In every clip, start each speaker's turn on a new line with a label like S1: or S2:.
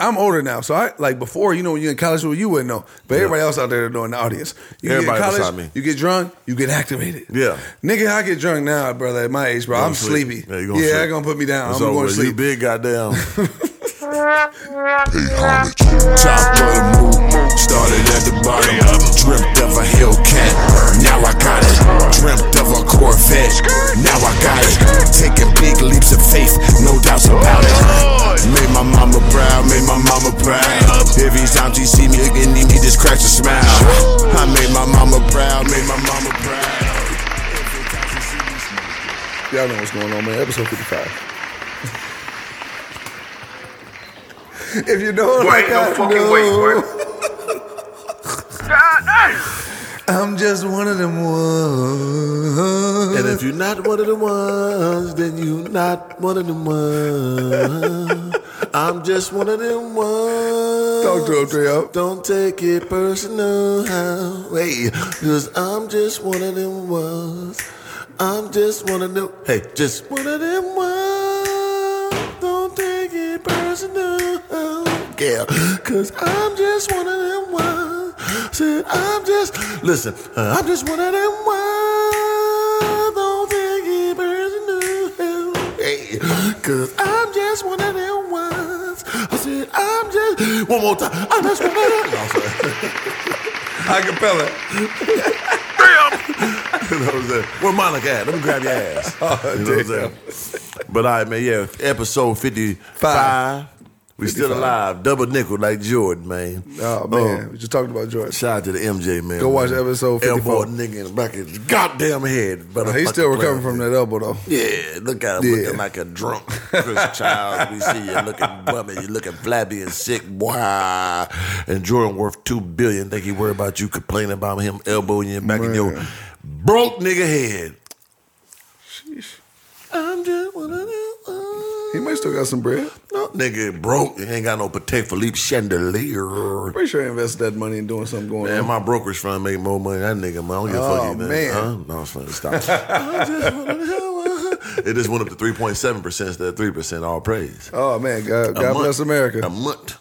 S1: I'm older now, so I like before. You know, when you're in college, well, you wouldn't know, but everybody else out there that know in the audience, you get in
S2: Everybody
S1: college,
S2: beside me.
S1: you get drunk, you get activated.
S2: Yeah.
S1: nigga, I get drunk now, brother. At my age, bro, I'm
S2: to sleep.
S1: sleepy.
S2: Yeah, you gonna
S1: they're
S2: sleep.
S1: gonna put me down.
S2: It's
S1: I'm going
S2: over.
S1: to
S2: You
S1: sleep.
S2: big goddamn.
S3: Pay homage. Top of the move. Started at the bottom. Dreamt of a Hellcat. Now I got it. Dreamt of a Corvette. Now I got it. Taking big leaps of faith. No doubts about it. Made my mama proud. Made my mama proud. Every time she see me again, she just cracks a smile. I made my mama proud. Made my mama proud. Every time she see me smile.
S1: Y'all know what's going on, man. Episode 55. if you don't
S4: Boy,
S1: like
S4: ain't no
S1: I
S4: fucking
S1: know,
S4: way, boy. God damn.
S1: I'm just one of them ones.
S2: and if you're not one of the ones, then you're not one of the ones. I'm just one of them ones.
S1: Talk to him, Trey.
S2: Don't take it personal. Wait, cause I'm just one of them ones. I'm just one of them. Hey, just one of them ones. Don't take it personal. Yeah, cause I'm just one of them ones. Said I'm just, listen, I'm just one of them ones. Don't take it personal. Hey, cause I'm just one of them ones. I said, I'm just, one more time. I'm just one of them. No, I'm sorry.
S1: Acapella.
S2: You know what I'm saying? Where Monica at? Let me grab your ass.
S1: Oh,
S2: you know what I'm saying? But all right, man, yeah, episode 55. We still
S1: 55.
S2: alive. Double nickel like Jordan, man. Uh,
S1: Oh, man. we just talking about George.
S2: Shout out to the MJ, man.
S1: Go watch episode 54.
S2: Elbow a nigga in the back of his goddamn head. But
S1: He's still recovering from that elbow, though.
S2: Yeah, look at him
S1: Yeah.
S2: looking like a drunk Chris Child. We see you looking bummy, you looking flabby and sick, boy. And Jordan worth two billion. Think he worried about you complaining about him elbowing you back in your
S1: Man.
S2: broke nigga head. I'm just one of them. ones.
S1: He might still got some bread.
S2: No, nigga broke. He ain't got no Patek Philippe chandelier.
S1: Pretty sure he invested that money in doing something going
S2: Man,
S1: on.
S2: my brokerage firm make more money. than That nigga, man, I don't give a fuck
S1: Oh,
S2: you, man.
S1: man.
S2: Huh? No, I'm just gonna stop. I just wanna- uh, it just went up to 3.7 percent instead of three percent. All praise.
S1: Oh, man. God,
S2: A
S1: God
S2: month.
S1: bless America.
S2: A month.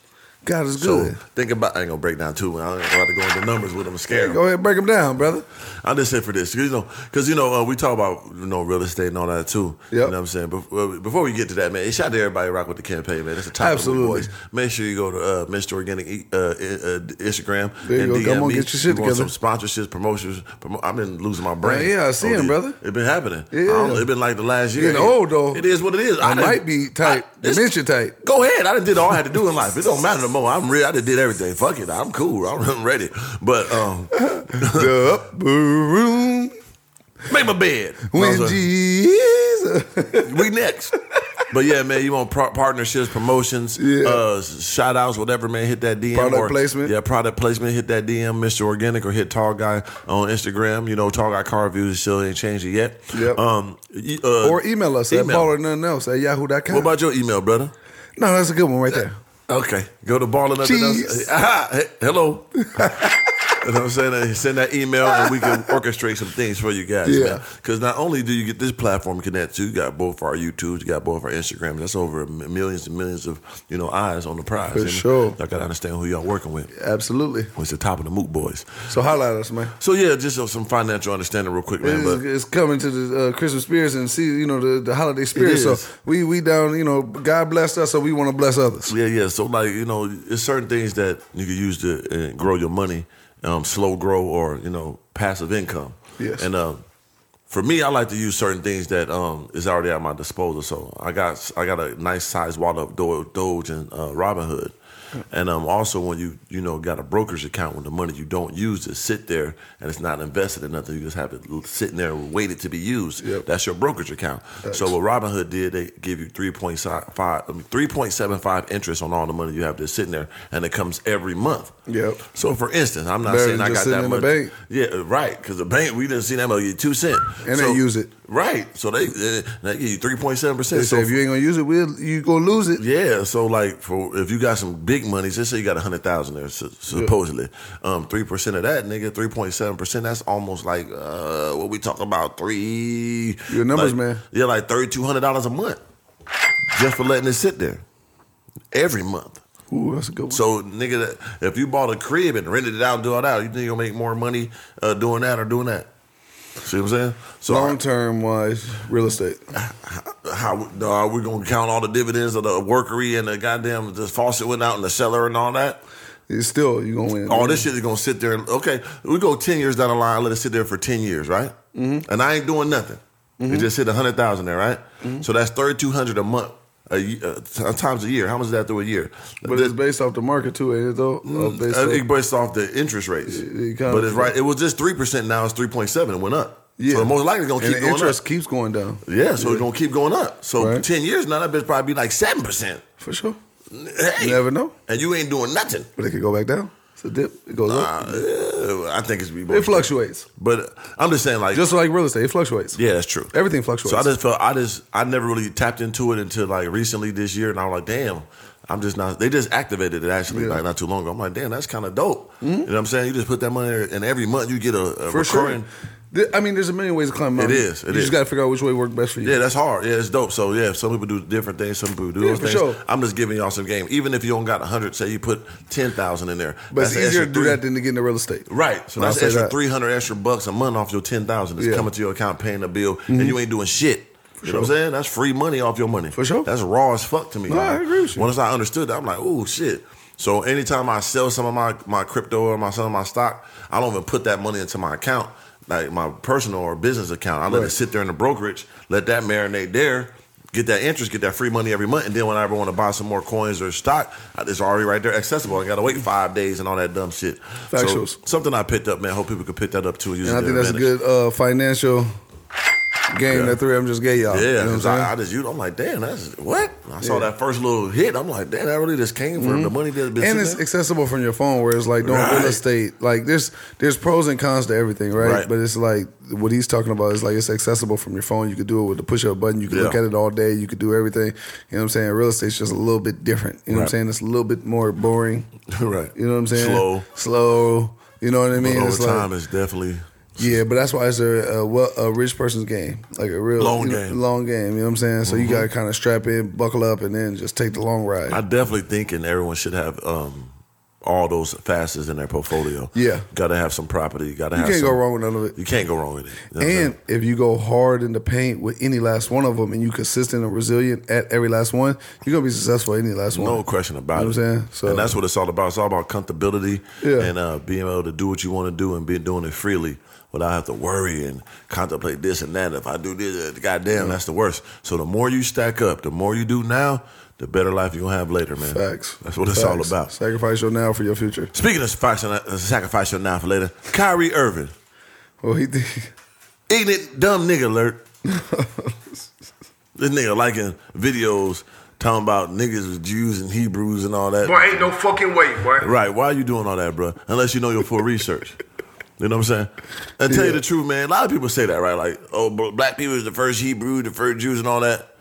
S1: God is
S2: So
S1: good.
S2: think about. I ain't gonna break down too. much. I ain't about to go into numbers with them. Scare 'em.
S1: Go ahead and break him down, brother.
S2: I'm just here for this, 'cause, you know, because you know uh, we talk about you know real estate and all that too. You know
S1: Yep.
S2: what I'm saying? Before, before we get to that, man, shout out to everybody who rock with the campaign, man. That's the top
S1: Absolutely.
S2: of the voice. Make sure you go to uh, Mr. Organic uh, uh, Instagram
S1: There you
S2: and
S1: go.
S2: DM
S1: Come on,
S2: me.
S1: get your shit
S2: You want
S1: together. Oh,
S2: some sponsorships, promotions. Promo- I've been losing my brain.
S1: Yeah, yeah, I see
S2: over
S1: him,
S2: it.
S1: brother.
S2: It's been happening. I
S1: Yeah.
S2: don't know, It's been like the last year.
S1: Getting old, though.
S2: It is what it is.
S1: I,
S2: done-
S1: might be tight.
S2: I- this-
S1: Dementia tight.
S2: Go ahead. I done did all I had to do in life. It don't matter no more. I'm real. I done did everything. Fuck it. I'm cool. I'm, I'm ready. But um,
S1: The upper room.
S2: make my bed.
S1: When
S2: No, sir.
S1: Jesus.
S2: we next. But yeah, man, you want par- partnerships, promotions,
S1: Yeah.
S2: uh, shout outs, whatever, man, hit that DM.
S1: Product
S2: or-
S1: placement.
S2: Yeah, product placement, hit that DM, Mr. Organic, or hit Tall Guy on Instagram. You know, Tall Guy Car Reviews still ain't changed it yet.
S1: Yep.
S2: Um, y- uh,
S1: or email us at
S2: email.
S1: baller nothing else at yahoo.com.
S2: What about your email, brother?
S1: no, that's a good one right there.
S2: Okay. Go to ball and nothing
S1: Cheese.
S2: else. Ah, he- hello. you know what I'm saying? Uh, Send that email and we can orchestrate some things for you guys,
S1: Yeah.
S2: man. Because not only do you get this platform connect to, you got both our YouTubes, you got both our Instagrams. That's over m- millions and millions of, you know, eyes on the prize.
S1: For
S2: And
S1: sure.
S2: Y'all got to understand who y'all working with.
S1: Absolutely.
S2: It's the top of the Moot Boys.
S1: So holla at us, man.
S2: So, yeah, just uh, some financial understanding real quick, man.
S1: It's,
S2: But
S1: it's coming to the uh, Christmas spirits and see you know the, the holiday spirit. So
S2: is.
S1: we we down you know God blessed us, so we want to bless others.
S2: Yeah, yeah. So like you know, it's certain things that you can use to uh, grow your money, um, slow grow or you know passive income.
S1: Yes.
S2: And um, for me, I like to use certain things that um is already at my disposal. So I got I got a nice sized wallet of Do- Doge and uh, Robinhood. And um, also when you you know got a brokerage account when the money you don't use is sit there and it's not invested in nothing you just have it sitting there waiting to be used
S1: Yep.
S2: that's your brokerage account so what Robinhood did they give you 3.5 I mean, 3.75 interest on all the money you have that's sitting there and it comes every month
S1: Yep.
S2: so for instance I'm not
S1: Better
S2: saying
S1: than
S2: I
S1: just
S2: got
S1: sitting
S2: that
S1: in the
S2: much
S1: bank.
S2: yeah, uh, right. Because the bank, we didn't see that money get two cent,
S1: And they use it.
S2: Right. So they they, they give you three point seven
S1: They
S2: percent.
S1: say
S2: So
S1: if you ain't gonna use it, we'll, you gonna lose it.
S2: yeah, so like for if you got some big money, just say you got a hundred thousand there, su- supposedly, um, three percent of that, nigga, three point seven percent. That's almost like uh, what we talk about three.
S1: Your numbers,
S2: like-
S1: man.
S2: Yeah, like thirty two hundred dollars a month, just for letting it sit there every month.
S1: Ooh, that's a good one.
S2: So, nigga, that- if you bought a crib and rented it out and do all that, you think you'll make more money uh, doing that or doing that? See what I'm saying? So,
S1: Long term wise, real estate.
S2: how no, are we gonna count all the dividends of the workery and the goddamn the faucet went out and the cellar and all that?
S1: It's still you gonna win.
S2: All this shit is gonna sit there. And, okay, we go ten years down the line. Let it sit there for ten years, right? Mm-hmm. And I ain't doing nothing.
S1: Mm-hmm.
S2: It just hit a hundred thousand there, right? So that's thirty two hundred a month, a, ye- uh, t- times a year. How much is that through a year?
S1: But it's based off the market too, ain't it though? Uh,
S2: Uh,
S1: based
S2: it
S1: off-
S2: based off the interest rates,
S1: The economy.
S2: but it's right. It was just three percent. Now it's three point seven. It went up.
S1: yeah.
S2: So most likely it's gonna
S1: And
S2: keep
S1: the
S2: going
S1: interest
S2: up.
S1: keeps going down.
S2: Yeah, so it's gonna keep going up. So
S1: Right.
S2: ten years now, that bitch probably be like seven percent.
S1: For sure.
S2: Hey,
S1: You never know.
S2: and you ain't doing nothing.
S1: But it could go back down. It's a dip. It goes up.
S2: Uh, I think it's be
S1: It fluctuates.
S2: but I'm just saying like
S1: Just like real estate, it fluctuates.
S2: yeah, that's true.
S1: Everything fluctuates.
S2: So I just felt I just I never really tapped into it until like recently this year, and I was like, damn, I'm just not. They just activated it actually
S1: Yeah. Mm-hmm.
S2: like not too long ago. I'm like, damn, that's kind of dope. You know what I'm saying? You just put that money, there, and every month you get a, a
S1: for sure.
S2: recurring.
S1: Th- I mean, there's a million ways to climb mountains.
S2: is, it
S1: you
S2: is.
S1: just got to figure out which way worked best for you.
S2: Yeah, that's hard. Yeah, it's dope. So yeah, some people do different things. Some people do
S1: Yeah,
S2: those
S1: for
S2: things.
S1: sure.
S2: I'm just giving y'all some game. Even if you don't got hundred, say you put ten thousand in there.
S1: but it's
S2: that's an
S1: easier
S2: extra
S1: to do
S2: three-
S1: that than to get into real estate.
S2: Right. So
S1: I'll
S2: that's
S1: say
S2: extra
S1: that.
S2: three hundred extra bucks a month off your ten thousand. It's
S1: Yeah. Mm-hmm.
S2: coming to your account, paying a bill, and you ain't doing shit. You know what I'm saying? That's free money off your money. For
S1: sure.
S2: That's raw as fuck to me.
S1: No, I
S2: Like,
S1: agree with you.
S2: Once I understood that, I'm like, oh shit. So anytime I sell some of my, my crypto or my some of my stock, I don't even put that money into my account, like my personal or business account. I let it
S1: Right.
S2: sit there in the brokerage, let that marinate there, get that interest, get that free money every month, and then whenever I want to buy some more coins or stock, it's already right there accessible. I gotta wait five days and all that dumb shit. So,
S1: Factuals.
S2: something I picked up, man. Hope people could pick that up too. And use
S1: And I
S2: it to
S1: think
S2: their
S1: that's a
S2: advantage.
S1: good uh, financial game
S2: Yeah.
S1: that three of them just gave y'all.
S2: Yeah,
S1: You know what I'm
S2: 'cause
S1: saying?
S2: I, I just you. I'm like, damn, that's what I saw
S1: Yeah. Mm-hmm.
S2: that first little hit. I'm like, damn, that really just came from the money that's
S1: and
S2: been. sitting
S1: it's
S2: there.
S1: accessible from your phone, where it's like doing
S2: Right.
S1: real estate. Like there's there's pros and cons to everything, right?
S2: Right.
S1: But it's like what he's talking about is like it's accessible from your phone. You could do it with the push up button. You could
S2: Yeah.
S1: look at it all day. You could do everything. You know what I'm saying? Real estate's just a little bit different. You know what
S2: Right.
S1: I'm saying? It's a little bit more boring.
S2: right.
S1: You know what I'm saying?
S2: Slow.
S1: slow. You know what I
S2: But
S1: mean?
S2: over
S1: It's like-
S2: time, it's definitely
S1: yeah, but that's why it's a a, well, a rich person's game, like a real
S2: Long
S1: you know,
S2: game. Mm-hmm.
S1: long game. You know what I'm saying? So you gotta kind of strap in, buckle up, and then just take the long ride.
S2: I definitely think, and everyone should have um, all those facets in their portfolio.
S1: Yeah.
S2: got to have some property. Got to
S1: you
S2: have.
S1: can't go
S2: some-
S1: wrong with none of it.
S2: You can't go wrong with it. You know what I'm
S1: And
S2: saying?
S1: if you go hard in the paint with any last one of them, and you consistent and resilient at every last one, you're gonna be successful at any last one.
S2: No question about
S1: You know
S2: it.
S1: what I'm saying? So-
S2: and that's what it's all about. It's all about comfortability
S1: Yeah.
S2: and uh, being able to do what you want to do and be doing it freely without have to worry and contemplate this and that. If I do this, uh, goddamn, that's the worst. So the more you stack up, the more you do now, the better life you'll have later, man.
S1: Facts.
S2: That's what it's
S1: Facts.
S2: all about.
S1: Sacrifice your now for your future.
S2: Speaking of sacrifice- uh, sacrifice your now for later, Kyrie Irving,
S1: Well, he did.
S2: ignorant dumb nigga alert. this nigga liking videos talking about niggas was Jews and Hebrews and all that.
S4: Boy, ain't no fucking way, boy.
S2: Right. Why are you doing all that, bro? Unless you know your full research. You know what I'm saying? And tell you the truth, man. A lot of people say that, right? Like, oh, bro, black people is the first Hebrew, the first Jews, and all that.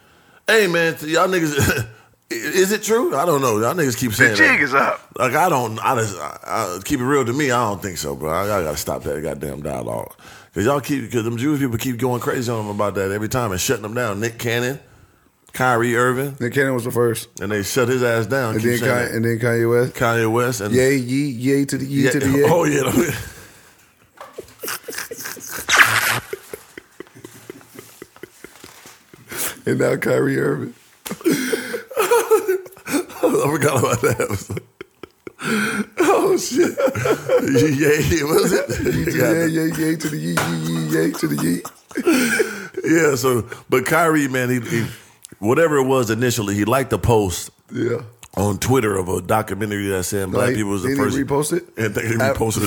S2: Hey, man, to y'all niggas, is it true? I don't know. Y'all niggas keep
S4: The
S2: saying
S4: jig
S2: that.
S4: is up.
S2: Like, I don't. I just I, I, keep it real to me. I don't think so, bro. I, I gotta stop that goddamn dialogue because y'all keep because them Jewish people keep going crazy on them about that every time and shutting them down. Nick Cannon, Kyrie Irving,
S1: Nick Cannon was the first,
S2: and they shut his ass down.
S1: and then
S2: keep saying
S1: Kanye,
S2: that.
S1: and then Kanye West.
S2: Kanye West and
S1: Yay, ye, yay to the ye to the yay.
S2: Oh yeah.
S1: and now Kyrie Irving.
S2: I forgot about that. I was like, oh shit! yeah, was it?
S1: Yeah, yeah, yeah, to the yee, yee, yee, yay to the yee.
S2: yeah. So, but Kyrie, man, he, he whatever it was initially, he liked the post
S1: Yeah.
S2: on Twitter of a documentary that said black people was the
S1: didn't
S2: first.
S1: he repost it?
S2: and they
S1: I-
S2: reposted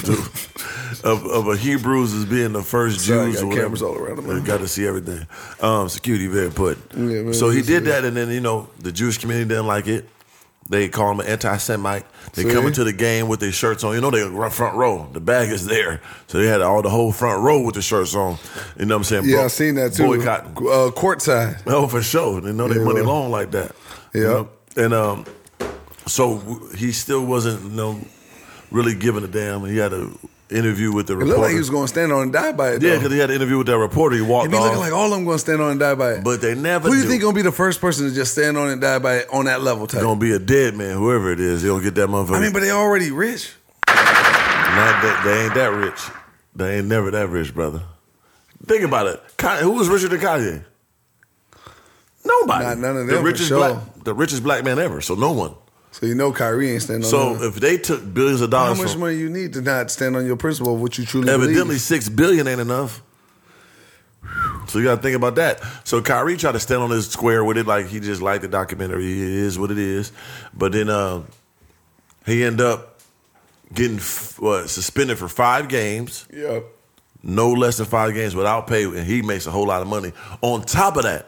S2: it too. of, of a Hebrews as being the first
S1: Sorry, I
S2: Jews.
S1: got
S2: or whatever.
S1: cameras all around him, man.
S2: You got to see everything. Um, security very put.
S1: Yeah, man,
S2: so he
S1: this
S2: did
S1: is-
S2: that, and then you know the Jewish community didn't like it. They call him an anti-Semite. They
S1: See?
S2: come into the game with their shirts on. You know they run front row. The bag is there, so they had all the whole front row with the shirts on. You know what I'm saying?
S1: Yeah,
S2: Bro-
S1: I seen that too.
S2: Boycott.
S1: Uh, courtside.
S2: Oh, for sure. They know their
S1: Yeah,
S2: money
S1: well.
S2: long like that.
S1: Yeah.
S2: You know? And um, so w- he still wasn't, you know, really giving a damn. He had a interview with the
S1: It looked
S2: reporter.
S1: like he was going to stand on and die by it.
S2: yeah,
S1: though.
S2: because he had an interview with that reporter. He walked
S1: It be
S2: off.
S1: looking like all of them going to stand on and die by it.
S2: but they never
S1: Who do you
S2: do.
S1: think gonna be the first person to just stand on and die by it on that level type?
S2: gonna be a dead man, whoever it is. They'll get that motherfucker.
S1: I mean, but they already rich.
S2: Not that they ain't that rich. They ain't never that rich, brother. Think about it. Kanye, who was richer than Kanye? Nobody.
S1: Nah, none of them,
S2: The
S1: for
S2: richest
S1: sure.
S2: black, the richest black man ever. So no one.
S1: So you know Kyrie ain't standing on.
S2: So
S1: nothing.
S2: if they took billions of
S1: Mm-hmm. how
S2: dollars,
S1: much
S2: from-
S1: money you need to not stand on your principle of what you truly
S2: evidently
S1: believe?
S2: six billion ain't enough. So you got to think about that. So Kyrie tried to stand on his square with it, like he just liked the documentary. It is what it is. But then uh, he ended up getting f- what, suspended for five games.
S1: Yeah.
S2: no less than five games without pay, and he makes a whole lot of money. On top of that,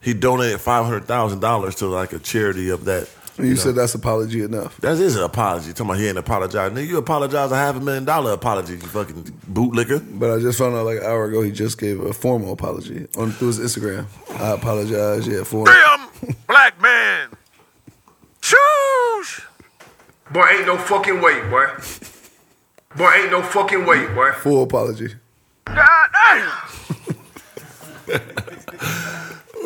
S2: he donated five hundred thousand dollars to like a charity of that.
S1: You, said that's apology enough.
S2: That is an apology. Talking about he ain't apologized. Nigga, you apologize a half a million dollar apology, you fucking bootlicker.
S1: But I just found out like an hour ago he just gave a formal apology on through his Instagram. I apologize, yeah, for
S4: Damn black man. Choose. Boy, ain't no fucking way, boy. Boy, ain't no fucking way, boy.
S1: full apology.
S4: God damn.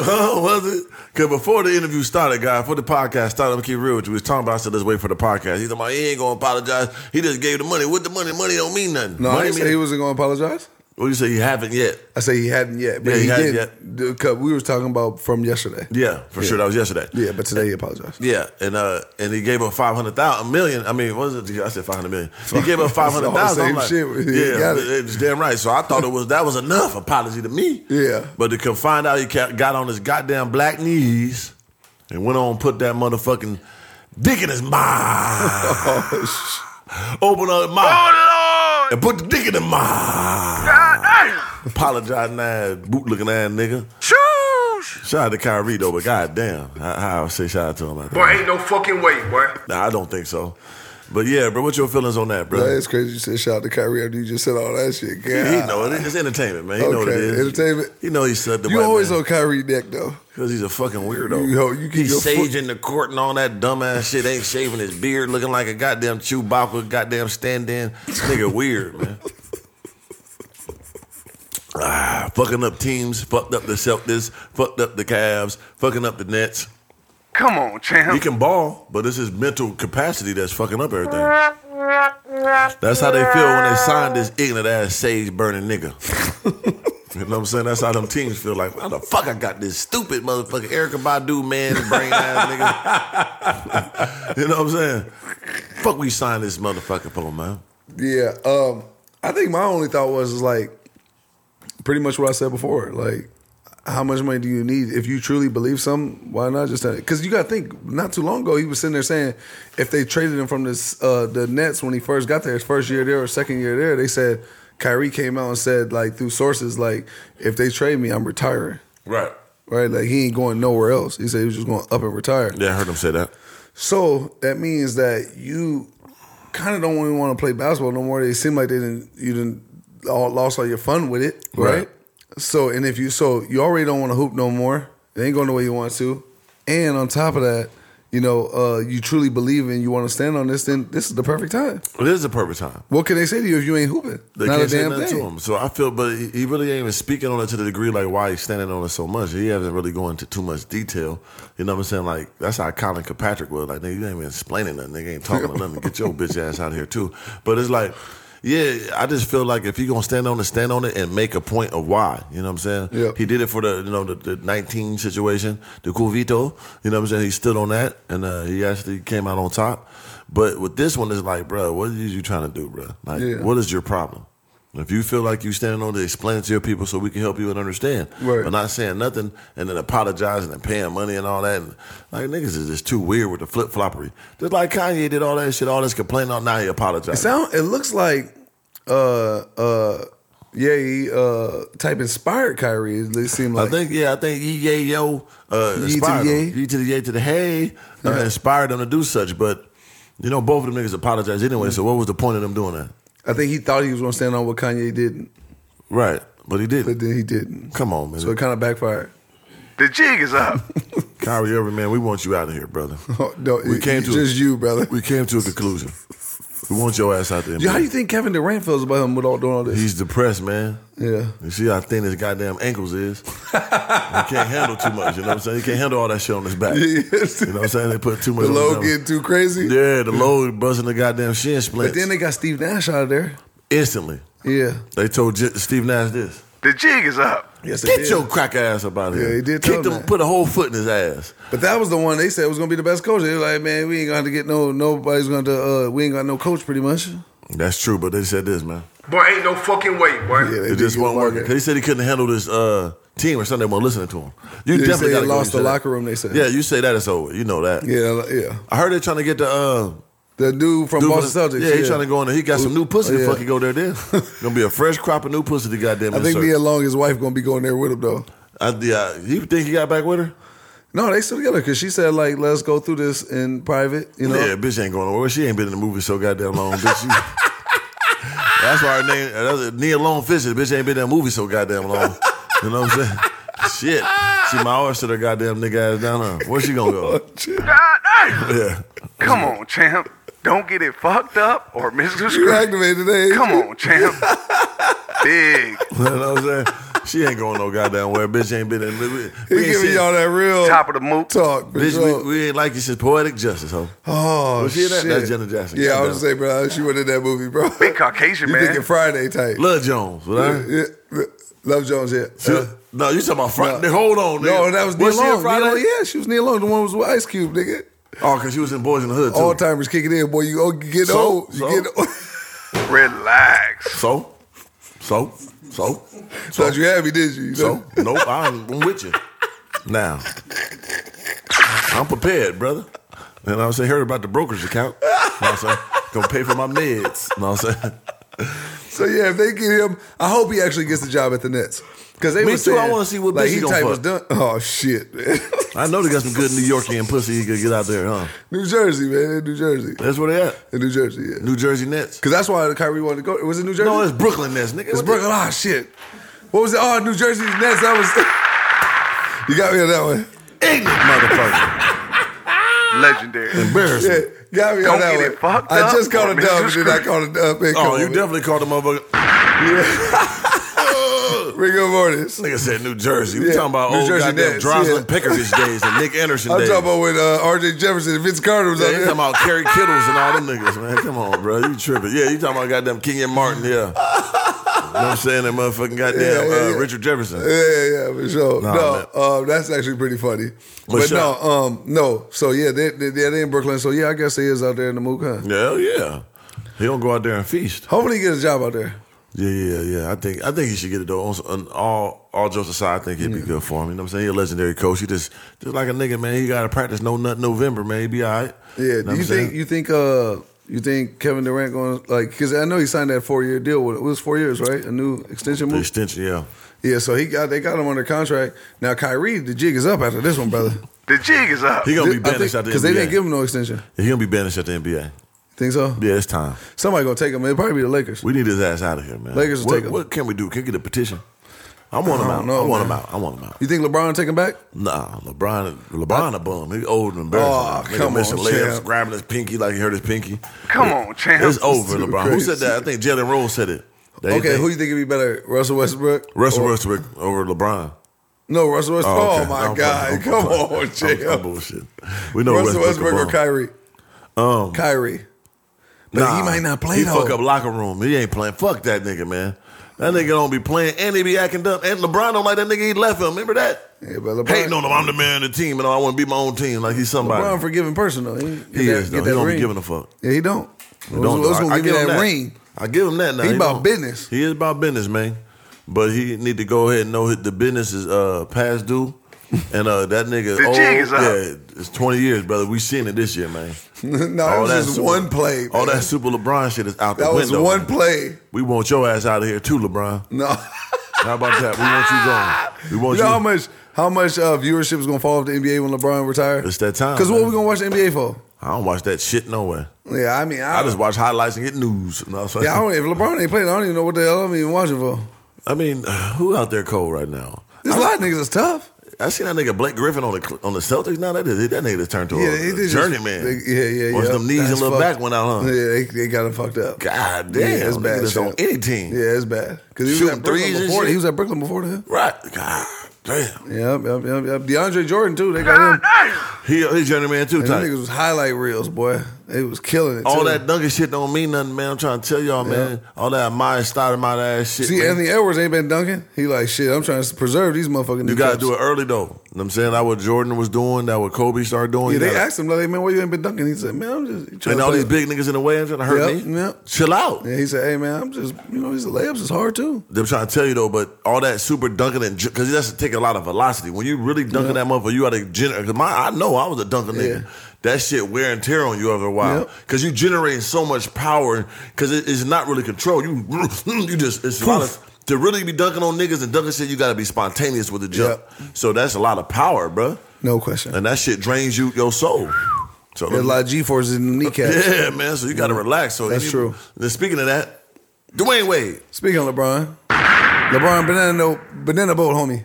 S2: Oh, was it? Because before the interview started, guy, before the podcast started, I'm gonna keep it real with you. We was talking about, I said, let's wait for the podcast. He's like, he ain't gonna apologize. He just gave the money. With the money, money don't mean nothing.
S1: No, I
S2: money
S1: didn't say he wasn't gonna apologize.
S2: What do you say? You haven't yet.
S1: I say he hadn't yet, but
S2: Yeah, he
S1: he,
S2: hadn't
S1: did. Yet. we were talking about from yesterday.
S2: Yeah, for sure. That was yesterday.
S1: Yeah, but today he apologized.
S2: Yeah, and uh, and he gave up five hundred thousand, a million. I mean, what was it? I said five hundred million. He gave up
S1: It's all
S2: five
S1: the
S2: hundred thousand.
S1: same
S2: I'm like,
S1: shit. He
S2: yeah,
S1: got it.
S2: it's damn right. So I thought it was that was enough apology to me.
S1: Yeah.
S2: but to come find out he ca- got on his goddamn black knees and went on and put that motherfucking dick in his mouth,
S1: Oh,
S2: open up his mouth
S4: Oh, Lord. Ah!
S2: and put the dick in his mouth.
S4: God damn.
S2: Apologizing ass, boot looking ass nigga.
S4: Choose.
S2: Shout out to Kyrie though, but goddamn, I, I say shout out to him. I think.
S4: Boy, ain't no fucking way, boy.
S2: Nah, I don't think so. But yeah, bro, what's your feelings on that, bro?
S1: that is crazy. You said shout out to Kyrie after you just said all that shit. God.
S2: He, he know it. It's entertainment, man. He know what it
S1: Okay,
S2: is.
S1: entertainment.
S2: He know he subbed the
S1: You
S2: white
S1: always
S2: man
S1: on Kyrie neck though.
S2: because he's a fucking weirdo.
S1: You know, you keep
S2: he's
S1: your foot-
S2: saging the court and all that dumbass shit. Ain't shaving his beard, looking like a goddamn Chewbacca, goddamn stand-in. This nigga weird, man. Ah, fucking up teams, fucked up the Celtics, fucked up the Cavs, fucking up the Nets.
S4: Come on, champ.
S2: He can ball, but it's his mental capacity that's fucking up everything. That's how they feel when they sign this ignorant ass sage burning nigga. you know what I'm saying? That's how them teams feel like, how the fuck I got this stupid motherfucking Erica Badu man brain ass nigga. you know what I'm saying? Fuck we signed this motherfucker for, man.
S1: Yeah. Um, I think my only thought was is like pretty much what I said before. Like, how much money do you need if you truly believe something? Why not just because you got to think. Not too long ago, he was sitting there saying if they traded him from this uh, the Nets when he first got there, his first year there or second year there, they said Kyrie came out and said like through sources like if they trade me, I'm retiring.
S2: Right.
S1: Right, like he ain't going nowhere else. He said he was just going up and retire.
S2: Yeah, I heard him say that.
S1: So that means that you kind of don't even want to play basketball no more. They seem like they didn't you didn't all, lost all your fun with it, right?
S2: Right.
S1: So and if you so you already don't want to hoop no more. It ain't going the way you want to. And on top of that, you know, uh, you truly believe and you want to stand on this, then this is the perfect time.
S2: Well, this is the perfect time.
S1: What can they say to you if you ain't hooping?
S2: They
S1: Not a
S2: can't say
S1: damn
S2: nothing to
S1: thing.
S2: him. So I feel, but he he really ain't even speaking on it to the degree like why he's standing on it so much. He hasn't really gone into too much detail. You know what I'm saying? Like that's how Colin Kirkpatrick was. Like nigga, you ain't even explaining nothing. Nigga ain't talking about nothing. Get your bitch ass out of here too. But it's like. Yeah, I just feel like if you gonna stand on it, stand on it and make a point of why. You know what I'm saying?
S1: Yeah.
S2: He did it for the you know the, the 19 situation, the Cuvito. You know what I'm saying? He stood on that and uh, he actually came out on top. But with this one, it's like, bro, what are you trying to do, bro? Like,
S1: Yeah.
S2: what is your problem? If you feel like you standing on it, explain it to your people so we can help you and understand.
S1: Right.
S2: But not saying nothing and then apologizing and paying money and all that. And, like niggas is just too weird with the flip floppery. Just like Kanye did all that shit, all this complaining. all- Now he apologized.
S1: Sound it looks like uh uh yay uh type inspired Kyrie, it seemed
S2: I
S1: like
S2: think yeah, I think ye yay yo uh,
S1: Ye to
S2: inspired
S1: the
S2: them.
S1: yay.
S2: Ye to the yay to the hey uh, inspired them to do such. But you know, both of them niggas apologized anyway. So what was the point of them doing that?
S1: I think he thought he was going to stand on what Kanye didn't,
S2: Right. But he
S1: but
S2: didn't.
S1: then he didn't.
S2: Come on, man.
S1: So it kind of backfired.
S4: The jig is up.
S2: Kyrie Irving, man, we want you out of here, brother.
S1: Oh, no,
S2: We
S1: it-
S2: came
S1: it-
S2: to
S1: just you, brother.
S2: We came to a conclusion. We want your ass out there.
S1: Yo,
S2: man.
S1: How do you think Kevin Durant feels about him with all doing all this?
S2: He's depressed, man.
S1: yeah.
S2: You see how thin his goddamn ankles is. he can't handle too much. You know what I'm saying? He can't handle all that shit on his back. You know what I'm saying? They put too much.
S1: the
S2: on
S1: low
S2: him.
S1: getting too crazy.
S2: Yeah, the load busting the goddamn shin
S1: But
S2: splints
S1: then they got Steve Nash out of there.
S2: instantly.
S1: Yeah.
S2: They told J- Steve Nash this.
S4: The jig is up.
S1: Yes, they
S2: Get
S1: did.
S2: your crack ass up out of here.
S1: Yeah, he did
S2: Kick
S1: tell him
S2: the-
S1: that.
S2: Put a whole foot in his ass.
S1: But that was the one they said was gonna be the best coach. They were like, man, we ain't gonna have to get no nobody's gonna uh we ain't got no coach pretty much.
S2: That's true, but they said this, man.
S4: Boy, ain't no fucking way, boy.
S1: Yeah,
S2: It just wasn't working. They said he couldn't handle this uh, team or something. They weren't listening to him. You
S1: They
S2: definitely
S1: say
S2: gotta
S1: they
S2: go
S1: lost
S2: and say
S1: the
S2: that.
S1: locker room, they said.
S2: Yeah, you say that it's over. You know that.
S1: Yeah, like- yeah.
S2: I heard they're trying to get the uh,
S1: The dude from
S2: dude
S1: Boston
S2: from-
S1: Celtics.
S2: Yeah, he's trying to go in there. He got some new pussy.
S1: Oh,
S2: to
S1: yeah.
S2: fucking go there. Then gonna be a fresh crop of new pussy. The goddamn.
S1: I think
S2: insert.
S1: Nia Long, his wife, gonna be going there with him though.
S2: I, yeah, you think he got back with her?
S1: No, they still together because she said like, let's go through this in private. You know,
S2: Yeah, bitch ain't going nowhere. She ain't been in the movie so goddamn long, bitch. You, that's why her name, that's Nia Long Fisher. Bitch ain't been in the movie so goddamn long. You know what I'm saying? Shit. She my oyster, her goddamn nigga ass down there. Where's she gonna
S1: Oh,
S2: go?
S4: God damn.
S2: Yeah.
S4: Come on, champ. Don't get it fucked up or
S1: you
S4: misconstrued.
S1: activated today.
S4: Come on, champ. Big
S2: You know what I'm saying? She ain't going no goddamn where. Bitch ain't been in the movie.
S1: he
S2: ain't
S1: giving
S2: seen-
S1: y'all that real
S4: top of the moot.
S1: talk. for
S2: Bitch,
S1: sure.
S2: we, we ain't like you. She's poetic justice, huh?
S1: oh
S2: Was she in that?
S1: shit,
S2: That's Jenna Jackson.
S1: Yeah, I
S2: Goddamn.
S1: was gonna say, bro, she went in that movie, bro.
S4: Big Caucasian
S1: you
S4: man.
S1: thinking Friday type?
S2: Love Jones, right?
S1: Yeah, yeah. Love Jones, yeah.
S2: She-
S1: Uh,
S2: no, you talking about Friday. Hold on, nigga.
S1: No, that was Neil
S2: Was she in
S1: Long.
S2: Friday?
S1: Neil- yeah, she was Neil Long. The one was with Ice Cube, nigga.
S2: Oh, because she was in Boys in the Hood, too.
S1: All timers kicking in, boy. You oh, you get
S2: So-
S1: old. You
S2: so-
S1: get old.
S4: Relax.
S2: So, so, so, so,
S1: Thought you had me, did you? you
S2: so.
S1: know?
S2: Nope, I'm, I'm with you. Now, I'm prepared, brother. And I was saying, heard about the broker's account. You know what I'm saying, gonna pay for my meds. You know what I'm saying?
S1: So yeah, if they get him, I hope he actually gets the job at the Nets. Because they
S2: Me
S1: were
S2: too, I
S1: saying,
S2: wanna see what
S1: like,
S2: bitch he
S1: he
S2: gonna
S1: type
S2: fuck.
S1: was done. Oh shit, man.
S2: I know they got some good New Yorkian pussy he could get out there, huh?
S1: New Jersey, man, in New Jersey,
S2: That's where they at.
S1: in New Jersey, yeah.
S2: New Jersey Nets.
S1: Because that's why Kyrie wanted to go. Was it New Jersey?
S2: No, it's Brooklyn Nets, nigga.
S1: It's
S2: What
S1: Brooklyn. Ah, shit. What was it? Oh, New Jersey Nets. That was. you got me on that one.
S2: the- Ignorant motherfucker.
S4: Legendary.
S2: Embarrassing.
S1: Yeah, got me
S4: Don't
S1: on that
S4: get
S1: one.
S4: it fucked
S1: I
S4: up
S1: just called
S4: or
S1: a dub, and then I
S4: misconstrued.
S1: called a dub. Man, come
S2: Oh,
S1: on,
S2: you
S1: man.
S2: definitely called the motherfucker.
S1: Ringo Mortis.
S2: Nigga said New Jersey. We
S1: Yeah,
S2: talking about
S1: New
S2: old
S1: Jersey
S2: goddamn
S1: Nets,
S2: Droslin
S1: yeah.
S2: Pickard's days and Nick Anderson
S1: I'm
S2: days.
S1: talking about when uh, RJ Jefferson and Vince Carter was
S2: Yeah,
S1: out
S2: you talking
S1: there.
S2: about Kerry Kittles and all them niggas, man. Come on, bro. You tripping. Yeah, you talking about goddamn Kenyon Martin, yeah. you know what I'm saying? That motherfucking goddamn
S1: Yeah, yeah,
S2: uh,
S1: yeah.
S2: Richard Jefferson.
S1: Yeah, yeah, yeah, for sure.
S2: Nah, man.
S1: no, um, that's actually pretty funny. But,
S2: shut
S1: no,
S2: up.
S1: um, no. So yeah, they, they, yeah, they in Brooklyn. So yeah, I guess he is out there in the mook, huh?
S2: Hell yeah. He don't go out there and feast.
S1: Hopefully, he gets a job out there.
S2: Yeah, yeah, yeah. I think I think he should get it though. On, on all all jokes aside, I think he'd be good for him. You know what I'm saying? He's a legendary coach. He just just like a nigga, man. He gotta practice no nut November, man. He be all right.
S1: Yeah. Do
S2: Know what
S1: you
S2: I'm saying?
S1: think you think uh you think Kevin Durant going like because I know he signed that four year deal with it was four years right a new extension
S2: the
S1: move
S2: extension, yeah.
S1: yeah so he got they got him under contract now Kyrie the jig is up after this one brother
S4: The jig is up.
S2: He gonna be banished out the
S1: because
S2: NBA.
S1: they didn't give him no extension
S2: He gonna be banished at the NBA.
S1: think so
S2: Yeah, it's time.
S1: somebody gonna take him it'll probably be the Lakers
S2: We need his ass out of here, man.
S1: Lakers will
S2: what,
S1: take him.
S2: What can we do? Can we get a petition? I want him
S1: I
S2: out.
S1: don't know,
S2: I want
S1: man.
S2: him out. I want him out.
S1: you think LeBron take him back
S2: Nah, LeBron, LeBron a bum. He's old and embarrassing.
S1: Oh,
S2: Nigga
S1: come
S2: missing
S1: on,
S2: layups,
S1: champ.
S2: grabbing his pinky like he hurt his pinky.
S4: Come on, champ.
S2: It's over,
S1: too
S2: LeBron. Who
S1: crazy.
S2: said that? I think Jalen Rose said it. They
S1: okay
S2: think
S1: who you think would be better Russell Westbrook
S2: Russell
S1: Or-
S2: Westbrook over LeBron.
S1: no Russell Westbrook
S2: Oh,
S1: oh,
S2: okay.
S1: my
S2: I'm
S1: God
S2: playing. I'm
S1: come
S2: playing.
S1: on
S2: I'm-
S1: Jay
S2: I'm bullshit. We know
S1: Russell Westbrook
S2: a
S1: or
S2: bum.
S1: Kyrie um Kyrie but
S2: Nah,
S1: he might not play
S2: He
S1: though.
S2: fuck up locker room. He ain't playing. Fuck that nigga, man. That nigga don't be playing, and he be acting dumb. And LeBron don't like that nigga. He left him. Remember that?
S1: Yeah, but LeBron-
S2: hating on him. I'm the man of the team, and I want to be my own team. Like he's somebody.
S1: LeBron forgiving person though. He, get
S2: he
S1: that-
S2: is. Though.
S1: get
S2: He
S1: that
S2: don't
S1: ring.
S2: be giving a fuck.
S1: Yeah, he don't.
S2: He
S1: Who's-
S2: don't.
S1: who's
S2: though.
S1: gonna
S2: I,
S1: give
S2: I
S1: him
S2: give him
S1: that,
S2: that
S1: ring.
S2: I give him that. Now
S1: He about
S2: don't-
S1: business.
S2: He is about business, man. But he need to go ahead and know that the business is uh, past due. And uh, that nigga,
S4: The
S2: old.
S4: jig is up.
S2: yeah, it's twenty years, brother. We seen it this year, man.
S1: no, it
S2: All
S1: was
S2: that
S1: just
S2: super-
S1: one play.
S2: All
S1: man.
S2: that super LeBron shit is out the
S1: that was
S2: window.
S1: one
S2: man.
S1: play.
S2: We want your ass out of here too, LeBron.
S1: No.
S2: How about that? We want you gone. We
S1: you know how
S2: want you.
S1: much how much uh, viewership is gonna fall off the NBA when LeBron retires?
S2: It's that time,
S1: Because what
S2: man.
S1: we gonna watch the NBA for?
S2: I don't watch that shit nowhere.
S1: Yeah, I mean, I,
S2: I just watch highlights and get news. You know what I'm saying?
S1: yeah, I don't, if LeBron ain't playing, I don't even know what the hell I'm even watching for.
S2: I mean, uh, who out there cold right now?
S1: There's a lot of niggas that's tough.
S2: I seen that nigga Blake Griffin on the Cl- on the Celtics. Now that is that nigga just turned to
S1: Yeah,
S2: a,
S1: they-
S2: a
S1: they just-
S2: Oh, journeyman.
S1: they- yeah, yeah,
S2: Once
S1: yeah.
S2: them knees and
S1: That's
S2: little
S1: fucked.
S2: back went out, huh?
S1: Yeah, they, they got him fucked up.
S2: God
S1: Yeah,
S2: damn,
S1: that's
S2: nigga
S1: bad.
S2: that's on
S1: shit.
S2: any team.
S1: Yeah, it's bad. Because he was
S2: Shooting
S1: at Brooklyn
S2: threes and
S1: before.
S2: shit.
S1: He was at Brooklyn before then.
S2: Right. God damn.
S1: Yep, yep, yep, yep. DeAndre Jordan too. They got him.
S2: He he's journeyman too.
S1: And them
S2: Type.
S1: niggas was highlight reels, boy. It was killing it.
S2: All
S1: too.
S2: that dunking shit don't mean nothing, man. I'm trying to tell y'all, man. All that Amaya Stoudemire ass shit.
S1: See,
S2: man.
S1: Anthony Edwards ain't been dunking. He like shit. I'm trying to preserve these motherfucking.
S2: you gotta do it early though. You know what I'm saying that what Jordan was doing, that what Kobe started doing.
S1: Yeah,
S2: You
S1: they
S2: gotta-
S1: asked him like, hey, man, why you ain't been dunking? He said, man, I'm just. Trying
S2: and
S1: to
S2: all
S1: play."
S2: these big niggas in the way, I'm trying to hurt
S1: Yep,
S2: me.
S1: yep.
S2: Chill out.
S1: Yeah, he said, hey man, I'm just you know these layups is hard too.
S2: I'm trying to tell you though, but all that super dunking and because that's take a lot of velocity. When you really dunking that motherfucker, you got to generate. Because my, I know I was a dunker nigga.
S1: Yeah.
S2: That shit wear and tear on you after a while
S1: Yep.
S2: because you generating so much power because it, it's not really control. You you just it's a lot of. To really be dunking on niggas and dunking shit, you gotta be spontaneous with the jump. So that's a lot of power, bruh.
S1: No question.
S2: And that shit drains you your soul. So
S1: There's a lot of G forces in the kneecaps.
S2: yeah, man. So you gotta relax. So
S1: That's
S2: any-
S1: true.
S2: Then speaking of that, Dwayne Wade.
S1: Speaking of LeBron, LeBron banana no, banana boat, homie.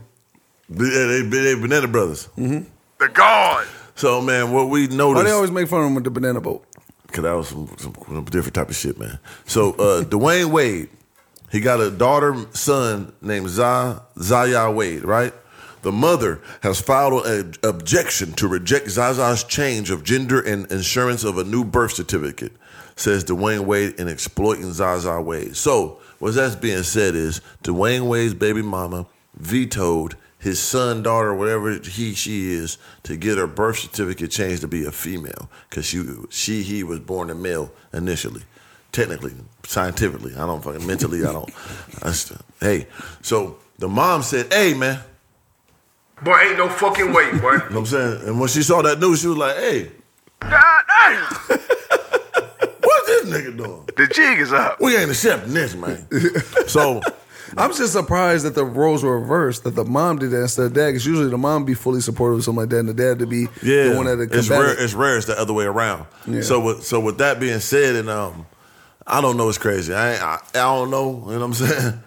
S2: Yeah, they, they Banana Brothers.
S4: The God.
S2: Mm. So man, what we
S1: Why they
S2: noticed
S1: always make fun of him with the banana boat?
S2: because that was some, some different type of shit, man. So uh, Dwayne Wade, he got a daughter, son named Zaya, Zaya Wade, right? The mother has filed an objection to reject Zaza's change of gender and insurance of a new birth certificate, says Dwayne Wade in exploiting Zaza Wade. So what's that's being said is Dwayne Wade's baby mama vetoed his son, daughter, whatever he, she is, to get her birth certificate changed to be a female because she, she, he was born a male initially, technically, scientifically. I don't fucking mentally. I don't. I st- hey, so the mom said, "Hey, man,"
S4: Boy, ain't no fucking way, boy.
S2: you know what I'm saying. And when she saw that news, she was like, "Hey,
S4: God damn.
S2: what's this nigga doing?
S4: The jig is up.
S2: We ain't accepting this, man." so
S1: I'm just surprised that the roles were reversed. That the mom did that instead of dad. Because usually the mom be fully supportive of something like that, and the dad to be
S2: Yeah,
S1: the one that
S2: it's
S1: combat
S2: rare.
S1: it.
S2: It's rare. It's the other way around.
S1: Yeah.
S2: So with so with that being said, and um, I don't know. It's crazy. I ain't, I, I don't know. You know what I'm saying?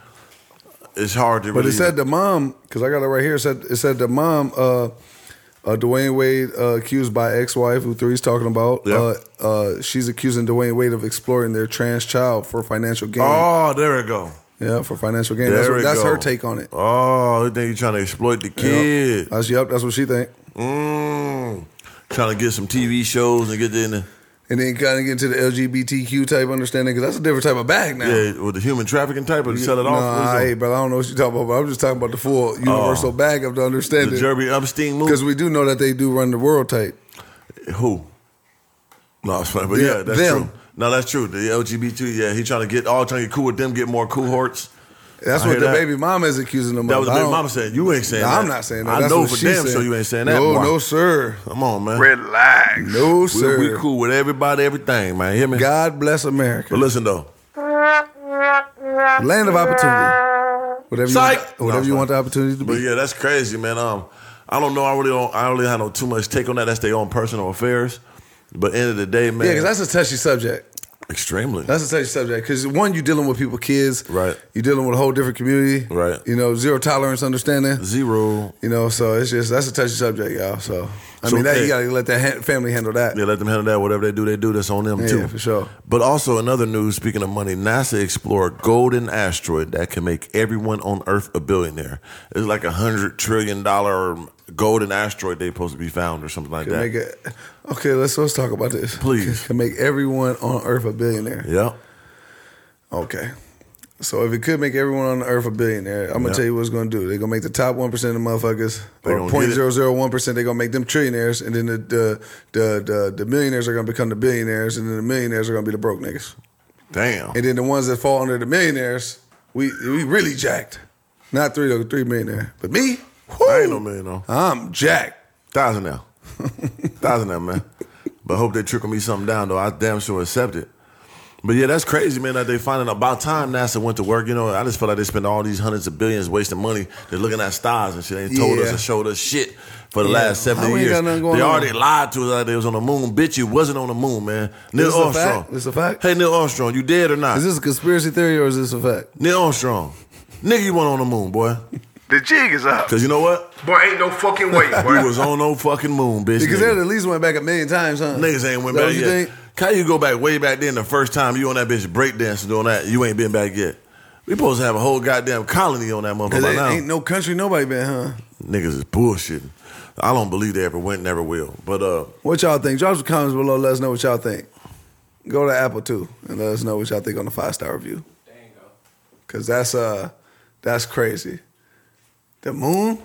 S2: It's hard to.
S1: But
S2: really,
S1: it said the mom, because I got it right here. It said it said the mom, uh, uh, Dwayne Wade uh, accused by ex-wife who three's talking about.
S2: Yeah.
S1: Uh, uh, she's accusing Dwayne Wade of exploiting their trans child for financial gain.
S2: Oh, there it go.
S1: Yeah, for financial gain.
S2: There
S1: That's, what-
S2: it
S1: that's
S2: go.
S1: her take on it.
S2: Oh, they think you trying to exploit the kid.
S1: That's yep. That's what she think.
S2: Mm. Trying to get some TV shows and get in the
S1: And then kind of get into the LGBTQ type understanding because that's a different type of bag now.
S2: yeah with the human trafficking type and sell it
S1: Nah,
S2: off. What
S1: hey,
S2: is it? Oh.
S1: bro, I don't know what you're talking about, but I'm just talking about the full universal bag of the
S2: the
S1: understanding.
S2: Jeremy Epstein
S1: Because
S2: movie.
S1: we do know that they do run the world tight.
S2: Who? No, I was playing, but
S1: Yeah,
S2: yeah, that's
S1: them.
S2: true. No, that's true. The LGBT, yeah, he trying to get all trying to get cool with them, get more cohorts.
S1: That's
S2: I
S1: what
S2: hear
S1: the
S2: that.
S1: baby mama is accusing them
S2: That
S1: of.
S2: was the
S1: I
S2: big
S1: don't-
S2: mama saying. You ain't saying
S1: Nah,
S2: that.
S1: I'm not saying that.
S2: I
S1: That's
S2: know
S1: what
S2: for
S1: she
S2: damn
S1: said.
S2: sure you ain't saying that.
S1: No,
S2: boy.
S1: no, sir.
S2: Come on, man.
S4: Relax.
S1: No,
S2: we,
S1: sir.
S2: we cool with everybody, everything, man. Hear me?
S1: God bless America.
S2: But listen, though.
S1: Land of opportunity. Whatever you,
S2: Psych.
S1: want,
S2: No,
S1: whatever you
S2: I'm sorry.
S1: want the opportunity to be.
S2: But yeah, that's crazy, man. Um, I don't know. I really don't. I don't really have no too much take on that. That's their own personal affairs. But end of the day, man.
S1: Yeah, because that's a touchy subject.
S2: extremely.
S1: That's a touchy subject. Because one, you're dealing with people, kids.
S2: Right.
S1: You're dealing with a whole different community.
S2: Right.
S1: You know, zero tolerance understanding.
S2: zero.
S1: You know, so it's just that's a touchy subject, y'all. So I
S2: So,
S1: mean, that you
S2: hey.
S1: gotta let that ha- family handle that.
S2: Yeah, let them handle that. Whatever they do, they do. That's on them
S1: Yeah,
S2: too.
S1: for sure.
S2: But also in other news, speaking of money, NASA explored golden asteroid that can make everyone on Earth a billionaire. It's like a hundred trillion dollar golden asteroid they supposed to be found or something like
S1: Can
S2: that.
S1: make it- okay, let's let's talk about this.
S2: Please.
S1: can make everyone on Earth a billionaire.
S2: yeah.
S1: Okay. So if it could make everyone on earth a billionaire, I'm gonna
S2: Yeah.
S1: tell you what's gonna do. They're gonna make the top one percent of motherfuckers,
S2: They
S1: or
S2: gonna
S1: point
S2: get
S1: zero
S2: it.
S1: zero one percent. They're gonna make them trillionaires, and then the the, the the the millionaires are gonna become the billionaires, and then the millionaires are gonna be the broke niggas,
S2: Damn.
S1: and then the ones that fall under the millionaires, we we really jacked. Not three though, three millionaire, but me,
S2: I
S1: whoo,
S2: ain't no man though.
S1: I'm jacked.
S2: Thousand now. Thousand now, man. But hope they trickle me something down though. I damn sure accept it. But yeah, that's crazy, man. That they finding about time NASA went to work. You know, I just feel like they spend all these hundreds of billions wasting money. They're looking at stars and shit. They ain't told us
S1: Yeah.
S2: and showed us shit for the
S1: Yeah.
S2: last
S1: How we
S2: seventy
S1: ain't
S2: years.
S1: got nothing going
S2: they
S1: on?
S2: already lied to us like they was on the moon. Bitch, you wasn't on the moon, man. Neil
S1: This is a
S2: Armstrong.
S1: fact? This a fact?
S2: Hey, Neil Armstrong, you dead or not?
S1: Is this a conspiracy theory or is this a fact?
S2: Neil Armstrong, nigga, you went on the moon, boy.
S5: The jig is up.
S2: Cause you know what?
S4: Boy, ain't no fucking way,
S2: We
S4: boy.
S2: was on no fucking moon, bitch.
S1: Because
S2: nigga.
S1: that at least went back a million times, huh?
S2: Niggas ain't went
S1: That
S2: back
S1: what you
S2: yet.
S1: think?
S2: How you go back way back then the first time you on that bitch breakdancing doing that? You ain't been back yet. We supposed to have a whole goddamn colony on that motherfucker
S1: 'Cause
S2: by
S1: ain't-
S2: now.
S1: ain't no country nobody been, huh?
S2: Niggas is bullshitting. I don't believe they ever went, never will. But uh,
S1: What y'all think? Drop some comments below. Let us know what y'all think. Go to Apple too and let us know what y'all think on the five star review. Cause that's uh that's crazy. The moon?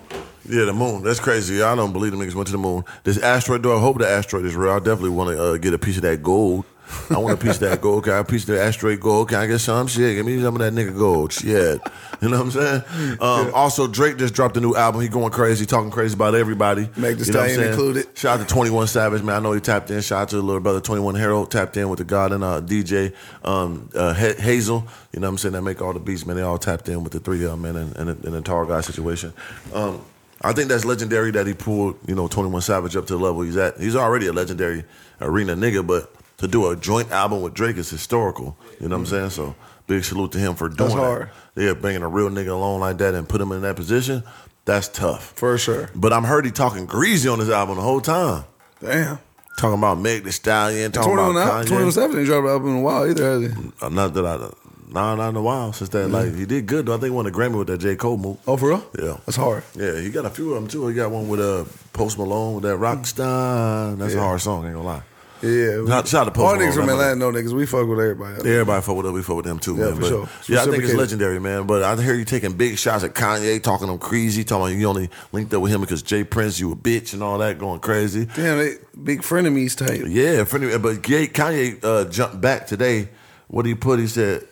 S2: yeah, the moon. That's crazy. I don't believe the niggas went to the moon. This asteroid, though, I hope the asteroid is real. I definitely want to uh, get a piece of that gold. I want a piece of that gold. Can I have a piece of the asteroid gold? Can I get some shit? Give me some of that nigga gold. Shit. You know what I'm saying? Um, Also, Drake just dropped a new album. He going crazy, talking crazy about everybody.
S1: Make the
S2: You know what I'm
S1: Stallion
S2: saying?
S1: included.
S2: Shout out to 21 Savage, man. I know he tapped in. Shout out to the little brother 21 Harold, tapped in with the God and uh, DJ um, uh, Ha- Hazel. You know what I'm saying? That make all the beats, man. They all tapped in with the three of them, man, and, and, the- and the tall guy situation. Um, I think that's legendary that he pulled, you know, 21 Savage up to the level he's at. He's already a legendary arena nigga, but to do a joint album with Drake is historical. You know what I'm saying? So big salute to him for doing that.
S1: hard.
S2: Yeah, bringing a real nigga along like that and put him in that position, that's tough.
S1: For sure.
S2: But I'm heard he talking greasy on this album the whole time.
S1: Damn.
S2: Talking about Meg the Stallion, talking
S1: 21
S2: about
S1: out,
S2: Kanye.
S1: 21 Savage ain't dropped an album in a while either, has he?
S2: Uh, Not that I, nah, not in a while since that. Like he did good though. I think he won a Grammy with that J Cole move.
S1: Mm-hmm. Oh, for real?
S2: Yeah.
S1: That's hard.
S2: Yeah, he got a few of them too. He got one with uh, Post Malone with that Rockstar. That's
S1: Mm. Yeah.
S2: a hard song. Ain't gonna lie.
S1: Yeah.
S2: Shout- shout out to Post
S1: All
S2: Malone,
S1: niggas from
S2: man.
S1: Atlanta know niggas. We fuck with everybody.
S2: Everybody fuck with us. We fuck with them too,
S1: Yeah,
S2: man.
S1: for
S2: but,
S1: sure.
S2: Yeah, I think it's
S1: Reciprocated.
S2: legendary, man. But I hear you taking big shots at Kanye, talking them crazy, talking about you only linked up with him because Jay Prince, you a bitch and all that, going crazy.
S1: Damn, they big frenemies type.
S2: Yeah, for any- but Ga- Kanye uh, jumped back today. What he put, he said,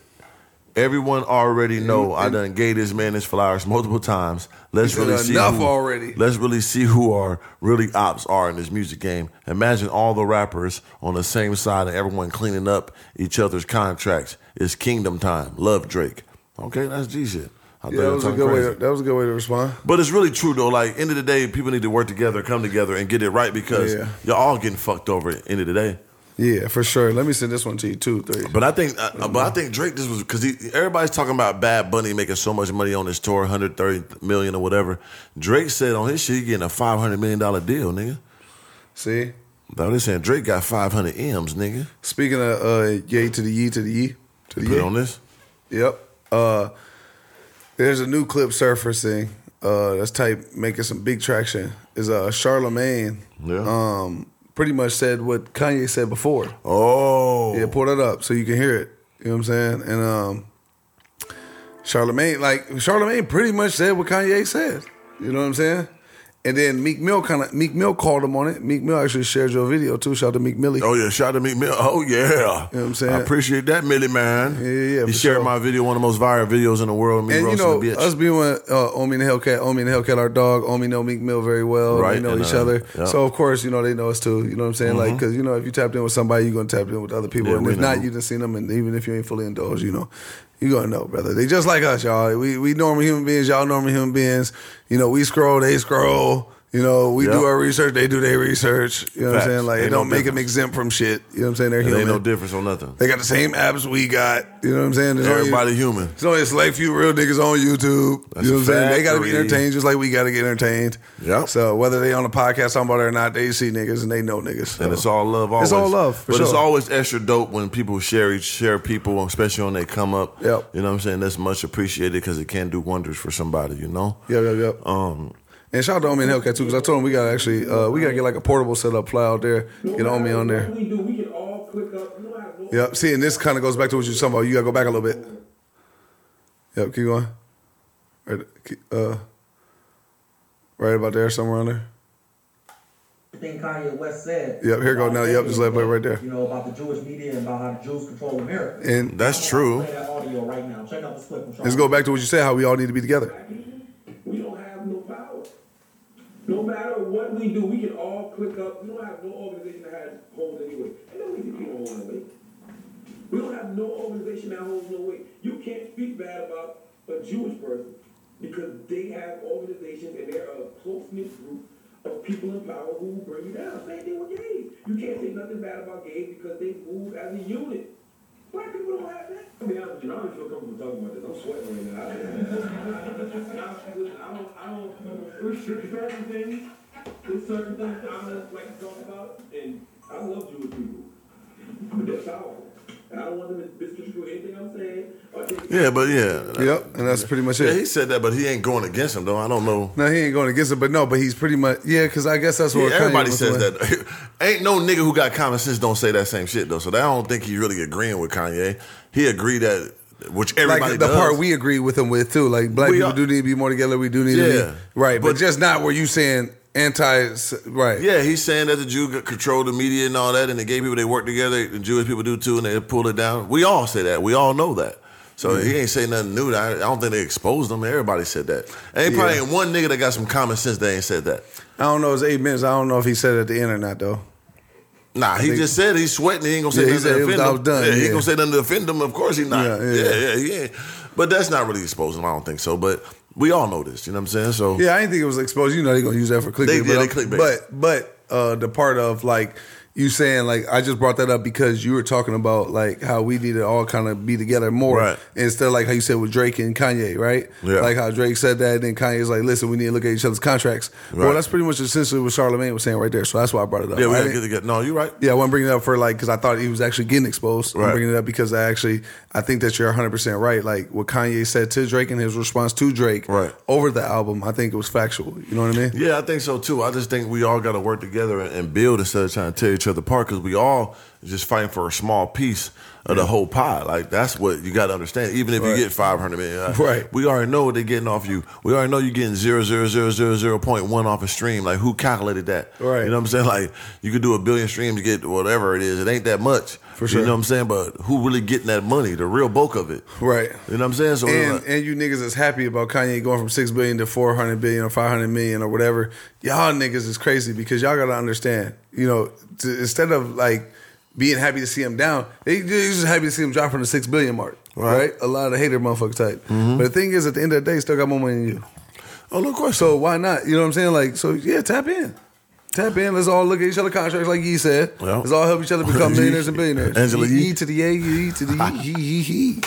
S2: "Everyone already know I done gave this man his flowers multiple times. Let's
S1: He said
S2: really see
S1: enough
S2: who,
S1: already."
S2: Let's really see who our really ops are in this music game. Imagine all the rappers on the same side and everyone cleaning up each other's contracts. It's kingdom time. Love Drake. Okay, that's G shit. I thought
S1: Yeah,
S2: it
S1: that was a
S2: talking
S1: good
S2: crazy.
S1: way. That was a good way to respond.
S2: But it's really true though. Like end of the day, people need to work together, come together, and get it right because
S1: Yeah.
S2: you're all getting fucked over. At the end of the day.
S1: Yeah, for sure. Let me send this one to you. Two, three.
S2: But I think, uh, but I think Drake. This was because everybody's talking about Bad Bunny making so much money on his tour, 130 million or whatever. Drake said on his shit, he getting a 500 million dollar deal, nigga.
S1: See,
S2: Though they saying Drake got 500 m's, nigga.
S1: speaking of uh, yay to the ye to the ye to the
S2: Put
S1: ye.
S2: on this.
S1: Yep. Uh, there's a new clip surfacing. Uh, that's type making some big traction. Is uh Charlemagne.
S2: Yeah.
S1: Um, pretty much said what Kanye said before.
S2: Oh,
S1: Yeah, pull that up so you can hear it. You know what I'm saying? And um, Charlemagne, like Charlemagne, pretty much said what Kanye said. You know what I'm saying? And then Meek Mill kind of Meek Mill called him on it. Meek Mill actually shared your video too. Shout out to Meek Millie.
S2: Oh yeah, shout out to Meek Mill. Oh yeah, you know
S1: what I'm saying?
S2: I appreciate that, Millie man.
S1: Yeah, yeah, yeah,
S2: He
S1: for
S2: shared
S1: sure.
S2: my video, one of the most viral videos in the world. Me
S1: and you
S2: roasting
S1: know,
S2: the bitch.
S1: us being with, uh, Omi and the Hellcat, Omi and the Hellcat, our dog, Omi know Meek Mill very well.
S2: Right,
S1: We know
S2: and,
S1: each
S2: uh,
S1: other.
S2: yeah. Mm-hmm.
S1: So, of course, you know, they know us too. You know what I'm saying? Like 'cause Like, because, you know, if you tapped in with somebody, you're going to tap in with other people.
S2: Yeah,
S1: and
S2: we
S1: if not,
S2: know.
S1: you done seen them. And even if you ain't fully indulged, you know, you going to know, brother. They just like us, y'all. We, we normal human beings. Y'all normal human beings. You know, we scroll, they scroll. You know, we
S2: Yeah.
S1: do our research, they do their research. You know
S2: Facts.
S1: what I'm saying? Like, it
S2: Ain't no
S1: don't make them
S2: difference.
S1: exempt from shit. You know what I'm saying? They're
S2: There
S1: human.
S2: ain't no difference on nothing.
S1: They got the same apps we got. You know what I'm saying? There's only-
S2: Everybody human.
S1: There's only a select few real niggas on YouTube.
S2: That's
S1: you know what I'm saying? They got to be
S2: factory.
S1: entertained just like we got to get entertained.
S2: Yep.
S1: So whether they on a podcast talking about it or not, they see niggas and they know niggas. So.
S2: And it's all love. Always.
S1: It's all love, for
S2: but it's
S1: sure.
S2: always extra dope when people share each share people, especially when they come up.
S1: Yep.
S2: You know what I'm saying? That's much appreciated because it can do wonders for somebody. You know.
S1: Yep, yep, yep.
S2: Um.
S1: and shout out to Omi and Hellcat too, because I told him we got to actually uh, we got to get like a portable setup, fly out there, get Omi on there.
S6: We do. We can all click up. No matter what.
S1: Yep. See, and this kind of goes back to what you were talking about. You got to go back a little bit. Yep. Keep going. Right. keep- Uh, right about there, somewhere on there.
S7: thing Kanye West said.
S1: Yep, here go
S7: about
S1: now. Yep, just let it play
S7: media,
S1: right there.
S7: You know, about the Jewish media and about how the Jews control America.
S1: And
S2: That's true.
S7: Play that audio right now. Check out the clip from
S1: let's go back to what you said. How we all need to be together.
S6: We don't have no power. No matter what we do, we can all click up. We don't have no organization that has holds any weight. And no easy people hold any weight. We don't have no organization that holds no weight. You can't speak bad about a Jewish person because they have organizations and they're uh, a close knit group of people in power who will bring you down. Same thing with gays. You can't say nothing bad about gays because they move as a unit. Black people don't have that. I mean, I'm You know, I don't even feel comfortable talking about this. I'm sweating right now. I I don't, I don't, there's certain things, there's certain things I don't like to talk about, and I love Jewish people. But they're powerful. And I don't want them to misconstrue anything I'm saying. Or think
S2: Yeah, but yeah.
S1: Yep, and that's pretty much
S2: Yeah,
S1: it.
S2: he said that, but he ain't going against him though. I don't know.
S1: No, he ain't going against it, but no, but he's pretty much yeah. Because I guess that's what
S2: Yeah,
S1: Kanye
S2: everybody
S1: was
S2: says
S1: like.
S2: that. ain't no nigga who got common sense don't say that same shit though. So I don't think he really agreeing with Kanye. He agreed that which everybody
S1: Like the
S2: does.
S1: part we agree with him with too. Like black
S2: We
S1: people
S2: are-
S1: do need to be more together. We do need
S2: Yeah.
S1: to be right, but,
S2: But-
S1: just not where you saying anti right.
S2: Yeah, he's saying that the Jew could control the media and all that, and the gay people they work together. The Jewish people do too, and they pull it down. We all say that. We all know that. So
S1: Mm-hmm.
S2: he ain't saying nothing new. I, I don't think they exposed him. Everybody said that. Ain't probably
S1: Yeah.
S2: ain't one nigga that got some common sense that ain't said that.
S1: I don't know. It's eight minutes. I don't know if he said it at the end or not though.
S2: Nah, he
S1: think-
S2: just said he's sweating. He ain't gonna say
S1: Yeah, he
S2: nothing
S1: said
S2: to
S1: it was-
S2: offend
S1: I
S2: him.
S1: was done,
S2: Yeah, he
S1: yeah.
S2: ain't gonna say nothing to offend him. Of course he not.
S1: Yeah,
S2: Yeah,
S1: yeah.
S2: yeah, yeah. But that's not really exposing. him. I don't think so. But we all know this. You know what I'm saying? So
S1: Yeah, I didn't think it was exposed. You know, they're gonna use that for clickbait.
S2: They- yeah,
S1: but,
S2: they clickbait.
S1: but but uh, the part of like you saying like I just brought that up because you were talking about like how we need to all kind of be together more
S2: Right.
S1: instead of like how you said with Drake and Kanye, right?
S2: Yeah.
S1: Like how Drake said that, and then Kanye's like, "Listen, we need to look at each other's contracts." Well,
S2: Right.
S1: that's pretty much essentially what Charlamagne was saying right there. So that's why I brought it up.
S2: yeah, we
S1: I
S2: gotta
S1: didn't-
S2: get together. No, you're right.
S1: yeah, I want to bring it up for like because I thought he was actually getting exposed.
S2: Right.
S1: I'm bringing it up because I actually I think that you're 100 percent right. Like what Kanye said to Drake and his response to Drake
S2: Right.
S1: over the album, I think it was factual. You know what I mean?
S2: Yeah, I think so too. I just think we all got to work together and, and build instead of trying to tear each other apart because we all just fighting for a small piece of the whole pie. Like that's what you got to understand. Even if
S1: Right.
S2: you get five hundred million, uh,
S1: Right.
S2: We already know what they're getting off you. We already know you're getting zero zero zero zero zero point one off a stream. Like who calculated that?
S1: Right.
S2: You know what I'm saying? Like you could do a billion streams to get whatever it is. It ain't that much.
S1: For sure.
S2: You know what I'm saying? But who really getting that money? The real bulk of it.
S1: Right.
S2: You know what I'm saying? So it's
S1: And
S2: like-
S1: and you niggas is happy about Kanye going from six billion to four hundred billion or five hundred million or whatever. Y'all niggas is crazy because y'all gotta understand. You know, to, instead of like being happy to see him down, they they just happy to see him drop from the six billion mark. Right. A lot of hater motherfucker type. But the thing is, at the end of the day, still got more money than you.
S2: Mm-hmm. oh, no question.
S1: So why not? You know what I'm saying? Like, so yeah, tap in. Tap in. Let's all look at each other contracts, like he said.
S2: Yeah.
S1: Let's all help each other become millionaires and billionaires.
S2: Angela Yee.
S1: Yee to the A, Yee to the E, he, he, he.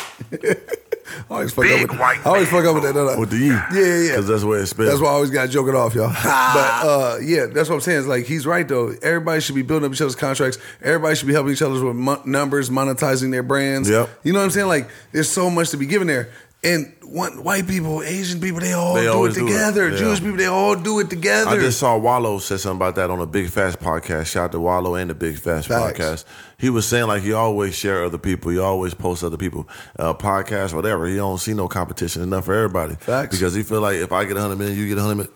S1: I always fuck
S4: Big
S1: up with
S4: white
S1: I always fuck up with that. don't I?
S2: with the E.
S1: Yeah, yeah, yeah.
S2: Because that's where it's spelled.
S1: That's why I always got to joke it off, y'all. but uh, yeah, that's what I'm saying. It's like he's right though. Everybody should be building up each other's contracts. Everybody should be helping each other with mon- numbers, monetizing their brands.
S2: Yep.
S1: You know what I'm saying? Like there's so much to be given there. And one, white people, Asian people, they all
S2: They
S1: do it
S2: always do it.
S1: together.
S2: Yeah.
S1: Jewish people, they all do it together.
S2: I just saw Wallow said something about that on a Big Fast podcast. Shout out to Wallow and the Big Fast
S1: Facts.
S2: podcast. He was saying like he always share other people. He always post other people uh, podcasts, whatever. He don't see no competition enough for everybody.
S1: Facts.
S2: Because he feel like if I get a hundred million, you get a hundred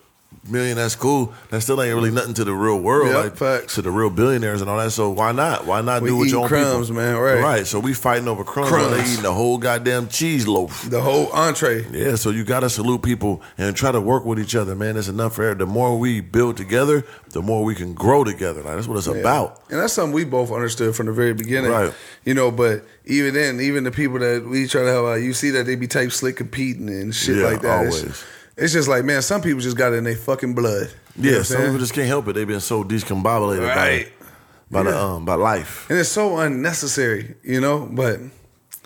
S2: million. That's cool. That still ain't really nothing to the real world,
S1: Yep,
S2: like
S1: facts.
S2: to the real billionaires and all that. So why not? Why not
S1: We
S2: do what
S1: eating
S2: your own
S1: crumbs,
S2: people?
S1: man, right.
S2: Right. So we fighting over crumbs. while They
S1: Crumbs.
S2: eating the whole goddamn cheese loaf.
S1: the whole entree.
S2: Yeah, so you gotta salute people and try to work with each other, man. It's enough for every- the more we build together, the more we can grow together. Like that's what it's about.
S1: And that's something we both understood from the very beginning.
S2: Right.
S1: You know, but even then, even the people that we try to help out, you see that they be type slick competing and shit
S2: Yeah,
S1: like that. It's-
S2: always.
S1: It's, just like, man, some people just got it in their fucking blood. You know
S2: Yeah,
S1: what I'm
S2: some
S1: saying?
S2: people just can't help it. They've been so discombobulated
S1: Right.
S2: by, by the um by life.
S1: and it's so unnecessary, you know. But I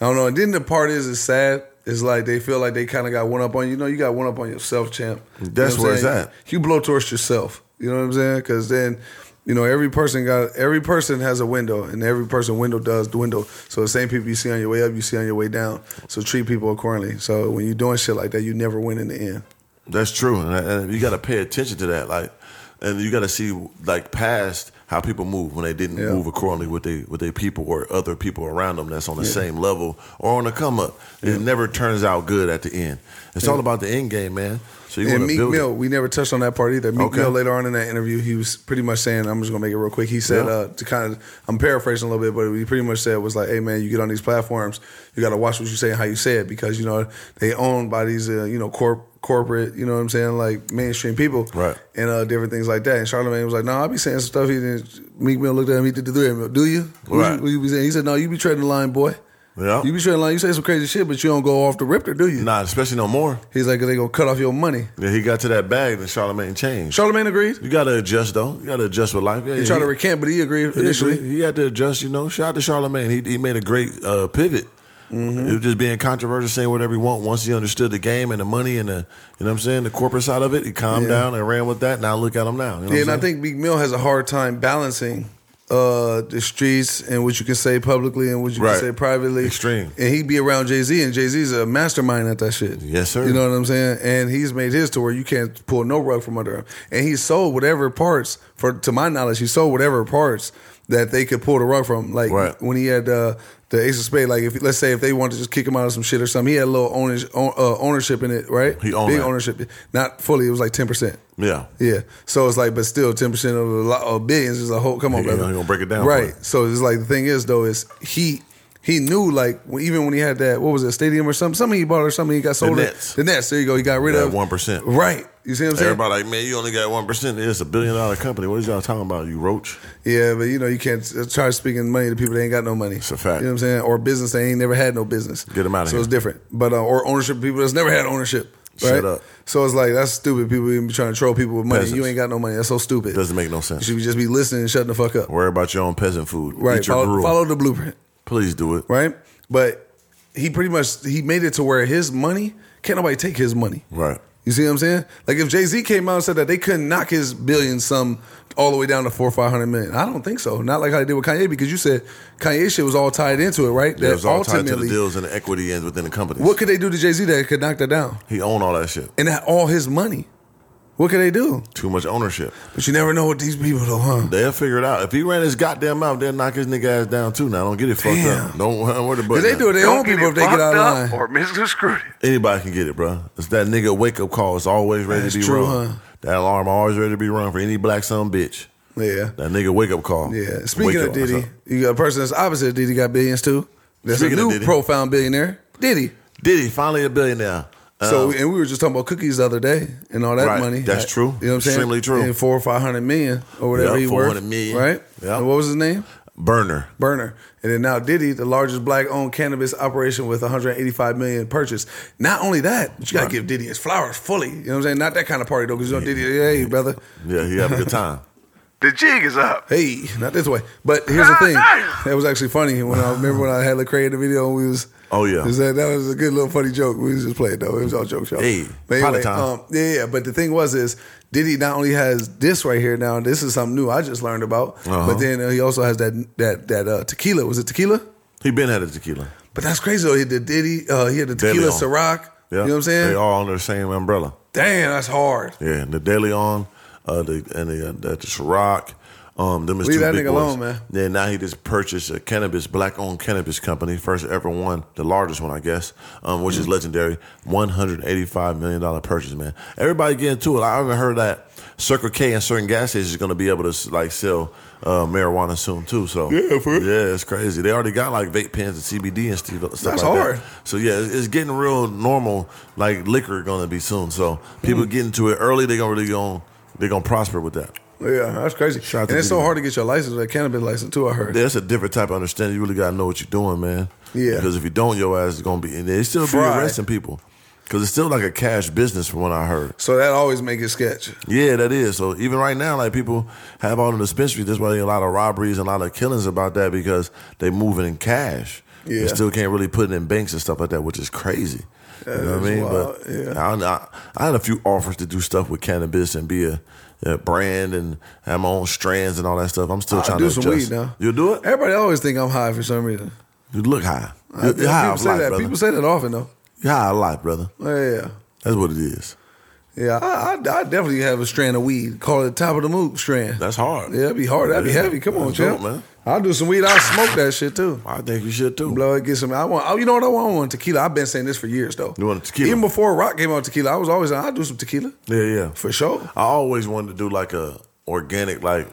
S1: don't know. And then the part is, it's sad. It's like they feel like they kind of got one up on you. No, you got one up on yourself, champ. You
S2: That's
S1: know what
S2: where
S1: I'm
S2: it's
S1: saying?
S2: at.
S1: You blow torch yourself. You know what I'm saying? Because then, you know, every person got every person has a window, and every person window does dwindle. So the same people you see on your way up, you see on your way down. So treat people accordingly. So when you're doing shit like that, you never win in the end.
S2: That's true, and, and you gotta pay attention to that. Like, and you gotta see like past how people move when they didn't
S1: Yeah.
S2: move accordingly with they with their people or other people around them that's on the same level or on the come up. It never turns out good at the end. It's all about the end game, man. So you
S1: And
S2: want to
S1: Meek
S2: build it.
S1: Mill, we never touched on that part either. Meek
S2: Okay.
S1: Mill later on in that interview, he was pretty much saying, "I'm just gonna make it real quick." He said
S2: Yeah.
S1: uh, to kind of, I'm paraphrasing a little bit, but he pretty much said was like, "Hey man, you get on these platforms, you got to watch what you say and how you say it because you know they own by these uh, you know corp." Corporate, you know what I'm saying, like mainstream people,
S2: Right.
S1: And uh, different things like that. And Charlamagne was like, "No, I be saying some stuff." He didn't. Meek Mill looked at him. He did the three. of them. Do you? What
S2: Right.
S1: you, what you be saying? He said, "No, you be treading the line, boy.
S2: Yeah.
S1: You be treading the line. You say some crazy shit, but you don't go off the ripper, do you?"
S2: Nah, especially no more.
S1: He's like, "Cause they gonna cut off your money."
S2: Yeah, he got to that bag and Charlemagne changed.
S1: Charlamagne agreed.
S2: you got to adjust though. You got to adjust with life. Yeah,
S1: He tried to recant, but he agreed
S2: he,
S1: initially.
S2: he had to adjust. You know, shout out to Charlemagne. He he made a great uh, pivot.
S1: Mm-hmm.
S2: It was just being controversial, saying whatever he want. Once he understood the game and the money and the, you know what I'm saying, the corporate side of it, he calmed
S1: Yeah.
S2: down and ran with that. Now look at him now. You know what
S1: Yeah,
S2: I'm
S1: and I
S2: saying?
S1: think Big Mill has a hard time balancing uh, the streets and what you can say publicly and what you
S2: Right.
S1: can say privately.
S2: Extreme.
S1: And he'd be around Jay Z, and Jay Z's a mastermind at that shit.
S2: Yes, sir.
S1: You know what I'm saying? And he's made his to where you can't pull no rug from under him. And he sold whatever parts, for to my knowledge, he sold whatever parts that they could pull the rug from. Like
S2: Right.
S1: when he had uh, the Ace of Spades, like if let's say if they wanted to just kick him out of some shit or something, he had a little owners, own, uh, ownership in it, right?
S2: He owned
S1: Big
S2: that.
S1: ownership, not fully. It was like ten percent.
S2: yeah.
S1: Yeah. So it's like, but still, ten percent of a lot of billions is a whole. Come on,
S2: He-
S1: brother.
S2: he gonna break it down for
S1: right?
S2: you.
S1: So it's like the thing is though is he he knew like when- even when he had that what was it stadium or something something he bought or something he got sold
S2: Nets.
S1: the Nets there you go he got rid
S2: That
S1: of
S2: 1%.
S1: right you see what I'm saying
S2: Everybody like, man, you only got one percent. It's a billion dollar company. What is y'all talking about, you roach?
S1: yeah but you know you can't uh, try speaking money to people that ain't got no money
S2: It's a fact.
S1: you know what I'm saying or business they ain't never had no business
S2: Get 'em outta
S1: so
S2: here.
S1: it's different but uh, or ownership of people that's never had ownership right
S2: Shut up.
S1: so it's like that's stupid people even trying to troll people with money
S2: Peasants.
S1: you ain't got no money that's so stupid
S2: Doesn't make no
S1: you
S2: sense.
S1: should just be listening and shutting the fuck up
S2: Worry about your own peasant food.
S1: Right.
S2: Eat your
S1: Follow,
S2: gruel.
S1: follow the blueprint.
S2: Please do it.
S1: Right. But he pretty much he made it to where his money can't nobody take his money.
S2: Right.
S1: You see what I'm saying? Like if Jay Z came out and said that they couldn't knock his billion sum all the way down to four or five hundred million, I don't think so. Not like how they did with Kanye because you said Kanye shit was all tied into it, right?
S2: Yeah, it was all tied to the deals and the equity and within the company.
S1: what could they do to Jay Z that could knock that down
S2: He owned all that shit.
S1: and that all his money? What could they do?
S2: Too much ownership.
S1: But you never know what these people do, huh?
S2: They'll figure it out. If he ran his goddamn mouth, they'll knock his nigga ass down too. Now don't get it fucked
S1: Damn.
S2: up. Don't worry about
S1: Because they do it to their own
S4: Don't get
S1: people
S4: it
S1: if they get
S4: fucked
S1: out
S4: up
S1: of line.
S4: Or misconstrued.
S2: Anybody can get it, bro. It's that nigga wake up call. It's always ready
S1: That's
S2: to be
S1: true,
S2: run.
S1: huh?
S2: That alarm always ready to be run for any black son bitch.
S1: Yeah.
S2: That nigga wake up call.
S1: Yeah.
S2: Wake
S1: Speaking
S2: up.
S1: of Diddy, you got a person that's opposite of Diddy got billions too. That's
S2: Speaking
S1: a
S2: of
S1: new
S2: Diddy.
S1: profound billionaire, Diddy.
S2: Diddy finally a billionaire. Um,
S1: so and we were just talking about cookies the other day and all that
S2: Right.
S1: money.
S2: That's
S1: Like,
S2: true.
S1: You know what I'm saying?
S2: Extremely true.
S1: And four or five hundred million or whatever
S2: Yup,
S1: he worth.
S2: 400 million.
S1: Right.
S2: Yup.
S1: And what was his name?
S2: burner.
S1: Burner. And then now Diddy, the largest black-owned cannabis operation with 185 million purchase. Not only that, but you gotta
S2: Right.
S1: give Diddy his flowers fully. You know what I'm saying? Not that kind of party though, because you know Diddy, hey brother,
S2: Yeah, he have a good time.
S4: The jig is up.
S1: hey, not this way. But here's the thing.
S4: Ah,
S1: That was actually funny when I remember when I had Lecrae in the video and we was
S2: Oh, yeah.
S1: Is that, that was a good little funny joke. We was just playing though. It was all jokes, y'all.
S2: Hey,
S1: but um,
S2: potty time.
S1: yeah, yeah. But the thing was is Diddy not only has this right here now, this is something new I just learned about.
S2: Uh-huh.
S1: But then uh, he also has that that that uh, tequila. Was it tequila?
S2: He been had a tequila.
S1: But that's crazy though. He had the Diddy, uh, he had the
S2: Deli
S1: tequila
S2: on.
S1: Ciroc.
S2: Yeah.
S1: You know what I'm saying?
S2: They all under the same umbrella.
S1: Damn, that's hard.
S2: Yeah, the Daily On, uh, the and the uh, the, the Ciroc. Um, them is
S1: Leave
S2: two
S1: that
S2: big
S1: nigga
S2: boys.
S1: alone, man.
S2: Yeah, now he just purchased a cannabis, black-owned cannabis company, first ever one, the largest one, I guess, um, which is
S1: Mm.
S2: legendary. One hundred eighty-five million dollar purchase, man. Everybody getting to it. I haven't heard that Circle K and certain gas stations is going to be able to like sell uh, marijuana soon too. So yeah, for yeah, it's crazy. They already got like vape pens and CBD and stuff, stuff
S1: That's
S2: like that.
S1: hard.
S2: So yeah, it's, it's getting real normal. Like liquor going to be soon. So people
S1: Hmm.
S2: getting to it early. They gonna really going they gonna prosper with that.
S1: Yeah, that's crazy.
S2: Shout out
S1: and
S2: to
S1: it's so
S2: Diddy.
S1: hard to get your license, that cannabis license too. I heard.
S2: That's a different type of understanding. You really gotta know what you're doing, man.
S1: Yeah.
S2: Because if you don't, your ass is gonna be in there. It's still be
S1: Fried.
S2: arresting people. Because it's still like a cash business, from what I heard.
S1: So that always make it sketch.
S2: Yeah, that is. So even right now, like people have all the dispensaries. That's why there are a lot of robberies and a lot of killings about that because they moving in cash.
S1: Yeah.
S2: They still can't really put it in banks and stuff like that, which is crazy. you know what I
S1: is
S2: mean?
S1: wild,
S2: But
S1: yeah.
S2: I, I, I had a few offers to do stuff with cannabis and be a, a brand and have my own strands and all that stuff. I'm still
S1: I
S2: trying
S1: Ah, do
S2: to
S1: some
S2: adjust.
S1: weed now.
S2: You'll do it?
S1: Everybody always think I'm high for some reason.
S2: You look high.
S1: I-
S2: You're high
S1: Ah, people
S2: off
S1: say
S2: life,
S1: that.
S2: brother.
S1: People say that often though.
S2: You're high off life, brother.
S1: Yeah,
S2: That's what it is.
S1: yeah. I, I, I definitely have a strand of weed. Call it top of the moon strand.
S2: That's hard.
S1: yeah, that'd be hard. That'd be
S2: Yeah.
S1: heavy. Come on,
S2: That's dope,
S1: champ.
S2: man.
S1: I'll do some weed. I'll smoke that shit too.
S2: I think you should too.
S1: Blow it, get some. I want. oh, You know what I want? I want tequila. I've been saying this for years though.
S2: You want tequila?
S1: Even before Rock came out with tequila, I was always like, I'll do some tequila
S2: Yeah, yeah.
S1: for sure.
S2: I always wanted to do like a organic, like